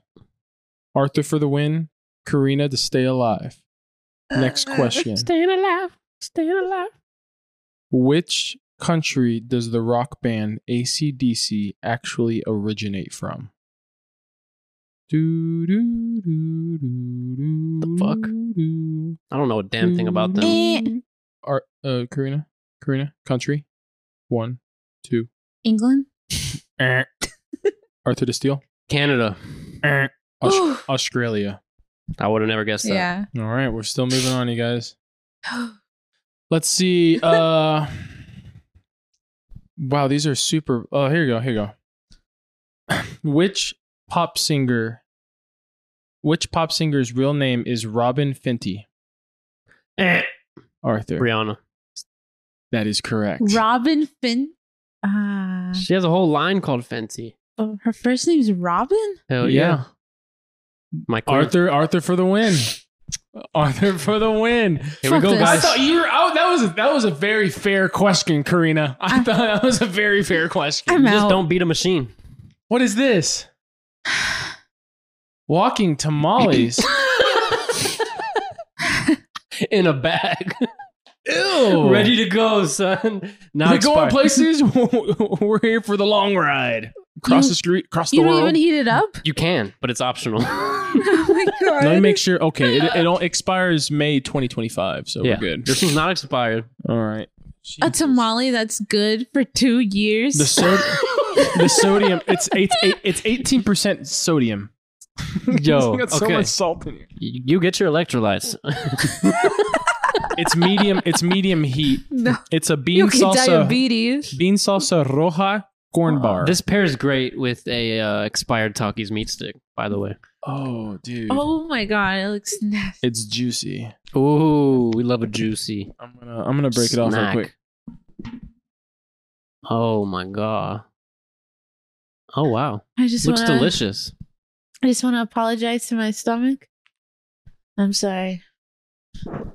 [SPEAKER 1] Arthur for the win, Karina to stay alive. Next question.
[SPEAKER 2] Staying alive. Staying alive.
[SPEAKER 1] Which country does the rock band ACDC actually originate from? The
[SPEAKER 2] fuck? I don't know a damn thing about
[SPEAKER 1] Mm.
[SPEAKER 2] them.
[SPEAKER 3] Eh.
[SPEAKER 1] Are, uh, Karina? Karina? Country? One, two.
[SPEAKER 3] England.
[SPEAKER 1] eh. Arthur to Steele?
[SPEAKER 2] Canada.
[SPEAKER 1] Eh. Aus-
[SPEAKER 3] Ooh.
[SPEAKER 1] Australia.
[SPEAKER 2] I would have never guessed that.
[SPEAKER 3] Yeah.
[SPEAKER 1] All right, we're still moving on, you guys. Let's see. Uh, wow, these are super. Oh, here you go. Here you go. Which pop singer? Which pop singer's real name is Robin Fenty?
[SPEAKER 2] Eh.
[SPEAKER 1] Arthur.
[SPEAKER 2] Brianna.
[SPEAKER 1] That is correct.
[SPEAKER 3] Robin Finn. Ah,
[SPEAKER 2] She has a whole line called Fenty.
[SPEAKER 3] oh, her first name's Robin.
[SPEAKER 2] Hell yeah.
[SPEAKER 1] yeah.
[SPEAKER 2] My queen.
[SPEAKER 1] Arthur. Arthur for the win. Arthur for the win.
[SPEAKER 2] Here we
[SPEAKER 3] Fuck
[SPEAKER 2] go,
[SPEAKER 3] this.
[SPEAKER 1] I
[SPEAKER 2] guys.
[SPEAKER 1] thought you were out. That was a, that was a very fair question, Karina. I
[SPEAKER 3] I'm-
[SPEAKER 1] thought that was a very fair question.
[SPEAKER 3] I'm
[SPEAKER 2] You just
[SPEAKER 3] out.
[SPEAKER 2] don't beat a machine.
[SPEAKER 1] What is this? Walking tamales.
[SPEAKER 2] In a bag.
[SPEAKER 1] Ew.
[SPEAKER 2] Ready to go, son. Now
[SPEAKER 1] We're
[SPEAKER 2] it's
[SPEAKER 1] going
[SPEAKER 2] going
[SPEAKER 1] places. We're here for the long ride. Across
[SPEAKER 3] You-
[SPEAKER 1] the street, across the
[SPEAKER 3] You don't
[SPEAKER 1] world.
[SPEAKER 3] even heat it up.
[SPEAKER 2] You can, but it's optional.
[SPEAKER 3] oh my god.
[SPEAKER 1] Let me make sure. Okay, it, it all expires May 2025, so
[SPEAKER 2] yeah.
[SPEAKER 1] we're good.
[SPEAKER 2] This one's not expired.
[SPEAKER 1] All right.
[SPEAKER 3] a
[SPEAKER 1] Jesus.
[SPEAKER 3] tamale that's good for two years.
[SPEAKER 1] The, sod- the sodium. It's eight, eight, It's 18 percent sodium.
[SPEAKER 2] Yo,
[SPEAKER 1] It's got so
[SPEAKER 2] okay.
[SPEAKER 1] much salt in it.
[SPEAKER 2] You you get your electrolytes.
[SPEAKER 1] It's medium. It's medium heat.
[SPEAKER 3] no,
[SPEAKER 1] It's a bean
[SPEAKER 3] you get
[SPEAKER 1] salsa.
[SPEAKER 3] diabetes.
[SPEAKER 1] Bean salsa roja corn bar.
[SPEAKER 2] This pairs great with a uh, expired Takis meat stick, by the way.
[SPEAKER 1] oh, dude.
[SPEAKER 3] Oh my god, it looks nasty.
[SPEAKER 1] It's juicy.
[SPEAKER 2] Ooh, we love a juicy.
[SPEAKER 1] I'm gonna. I'm gonna break it off real
[SPEAKER 2] snack.
[SPEAKER 1] quick.
[SPEAKER 2] Oh my god. Oh wow.
[SPEAKER 3] I just
[SPEAKER 2] Looks
[SPEAKER 3] wanna,
[SPEAKER 2] delicious.
[SPEAKER 3] I just want to apologize to my stomach. I'm sorry.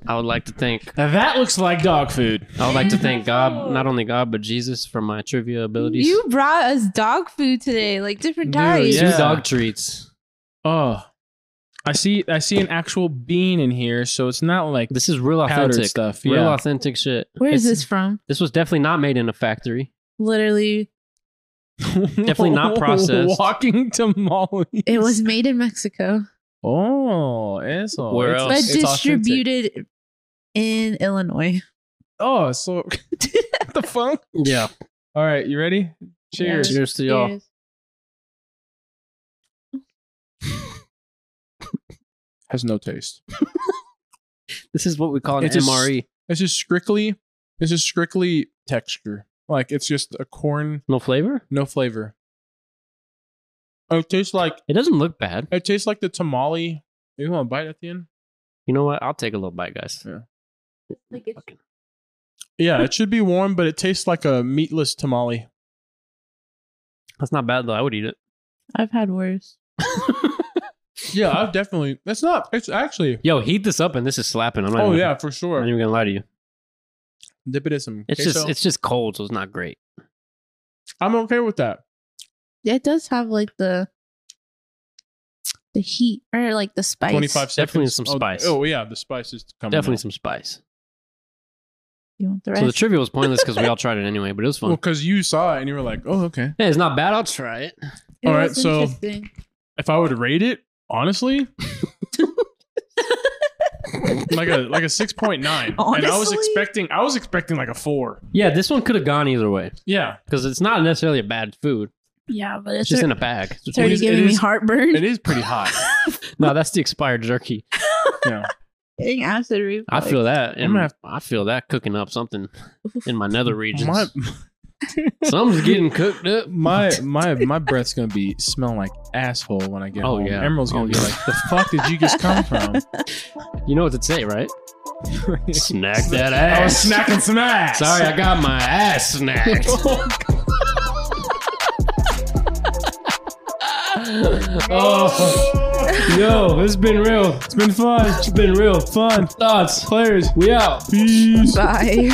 [SPEAKER 2] I would like to thank
[SPEAKER 1] Now that looks like dog food.
[SPEAKER 2] I would like to thank God, not only God but Jesus for my trivia abilities.
[SPEAKER 3] You brought us dog food today, like different types.
[SPEAKER 2] Two
[SPEAKER 1] yeah.
[SPEAKER 2] dog treats.
[SPEAKER 1] Oh, I see. I see an actual bean in here, so it's not like
[SPEAKER 2] This is real
[SPEAKER 1] powdered
[SPEAKER 2] authentic
[SPEAKER 1] stuff.
[SPEAKER 2] Real
[SPEAKER 1] yeah.
[SPEAKER 2] authentic shit.
[SPEAKER 3] Where is
[SPEAKER 2] It's-
[SPEAKER 3] this from?
[SPEAKER 2] This was definitely not made in a factory.
[SPEAKER 3] Literally,
[SPEAKER 2] Definitely not processed.
[SPEAKER 1] Walking tamales.
[SPEAKER 3] it was made in Mexico,
[SPEAKER 1] Oh, eso.
[SPEAKER 2] Where
[SPEAKER 1] It's-
[SPEAKER 2] else?
[SPEAKER 3] but
[SPEAKER 1] it's authentic.
[SPEAKER 3] distributed in Illinois.
[SPEAKER 1] Oh, so what the fuck?
[SPEAKER 2] Yeah.
[SPEAKER 1] All right, you ready? Cheers.
[SPEAKER 2] Cheers to y'all.
[SPEAKER 3] Cheers.
[SPEAKER 1] Has no taste.
[SPEAKER 2] This is what we call an E.
[SPEAKER 1] It's a s-
[SPEAKER 2] MRE.
[SPEAKER 1] It's just strictly. It's just strictly texture. Like it's just a corn,
[SPEAKER 2] no flavor.
[SPEAKER 1] no flavor. It tastes like
[SPEAKER 2] It doesn't look bad.
[SPEAKER 1] it tastes like the tamale. You want to bite at the end?
[SPEAKER 2] You know what? I'll take a little bite, guys.
[SPEAKER 3] Like it's
[SPEAKER 2] Fucking-
[SPEAKER 1] Yeah, it should be warm, but it tastes like a meatless tamale.
[SPEAKER 2] That's not bad though. I would eat it.
[SPEAKER 3] I've had worse.
[SPEAKER 1] Yeah, I've definitely. That's not. It's actually.
[SPEAKER 2] Yo, heat this up and this is slapping. I'm not.
[SPEAKER 1] Oh
[SPEAKER 2] even,
[SPEAKER 1] yeah, for
[SPEAKER 2] I'm not
[SPEAKER 1] sure.
[SPEAKER 2] even gonna lie to you.
[SPEAKER 1] Dip it in some.
[SPEAKER 2] It's
[SPEAKER 1] queso.
[SPEAKER 2] just it's just cold, so it's not great.
[SPEAKER 1] I'm okay with that.
[SPEAKER 3] It does have like the the heat or like the spice.
[SPEAKER 1] 25 seconds.
[SPEAKER 2] Definitely some
[SPEAKER 1] Oh,
[SPEAKER 2] spice.
[SPEAKER 1] Oh, yeah, the spice is coming.
[SPEAKER 2] Definitely
[SPEAKER 1] out.
[SPEAKER 2] some spice.
[SPEAKER 3] You want the rest?
[SPEAKER 2] So the trivia was pointless because we all tried it anyway, but it was fun.
[SPEAKER 1] Well, because you saw it and you were like, oh, okay.
[SPEAKER 2] Hey, it's not bad. I'll try it.
[SPEAKER 3] It
[SPEAKER 1] All right,
[SPEAKER 3] was
[SPEAKER 1] so-
[SPEAKER 3] interesting.
[SPEAKER 1] If I would rate it, honestly, like a like a six point nine, and I was
[SPEAKER 3] Honestly?
[SPEAKER 1] expecting I was expecting like a four.
[SPEAKER 2] Yeah, this one could have gone either way
[SPEAKER 1] Yeah,
[SPEAKER 2] because it's not necessarily a bad food.
[SPEAKER 3] yeah, but
[SPEAKER 2] It's
[SPEAKER 3] it's,
[SPEAKER 2] just
[SPEAKER 3] ar-
[SPEAKER 2] in a bag.
[SPEAKER 3] it's already
[SPEAKER 1] It is- it
[SPEAKER 3] giving me
[SPEAKER 1] is-
[SPEAKER 3] heartburn.
[SPEAKER 1] it is pretty hot.
[SPEAKER 2] No, that's the expired jerky.
[SPEAKER 1] yeah,
[SPEAKER 3] Getting acid
[SPEAKER 2] I
[SPEAKER 3] reflux.
[SPEAKER 2] feel that.
[SPEAKER 1] I'm gonna have-
[SPEAKER 2] I feel that cooking up something in my nether regions.
[SPEAKER 1] my
[SPEAKER 2] Something's getting cooked up.
[SPEAKER 1] my my my breath's gonna be smelling like asshole when I get
[SPEAKER 2] Oh,
[SPEAKER 1] home.
[SPEAKER 2] yeah.
[SPEAKER 1] Emerald's gonna
[SPEAKER 2] Oh,
[SPEAKER 1] be
[SPEAKER 2] yeah.
[SPEAKER 1] like, the fuck did you just come from?
[SPEAKER 2] You know what to say, right? Snack that ass.
[SPEAKER 1] I was snacking some ass.
[SPEAKER 2] Sorry, I got my ass snacked. oh, yo, it's been real. It's been fun. It's been real fun. Thoughts, players, we out.
[SPEAKER 1] Peace.
[SPEAKER 3] Bye.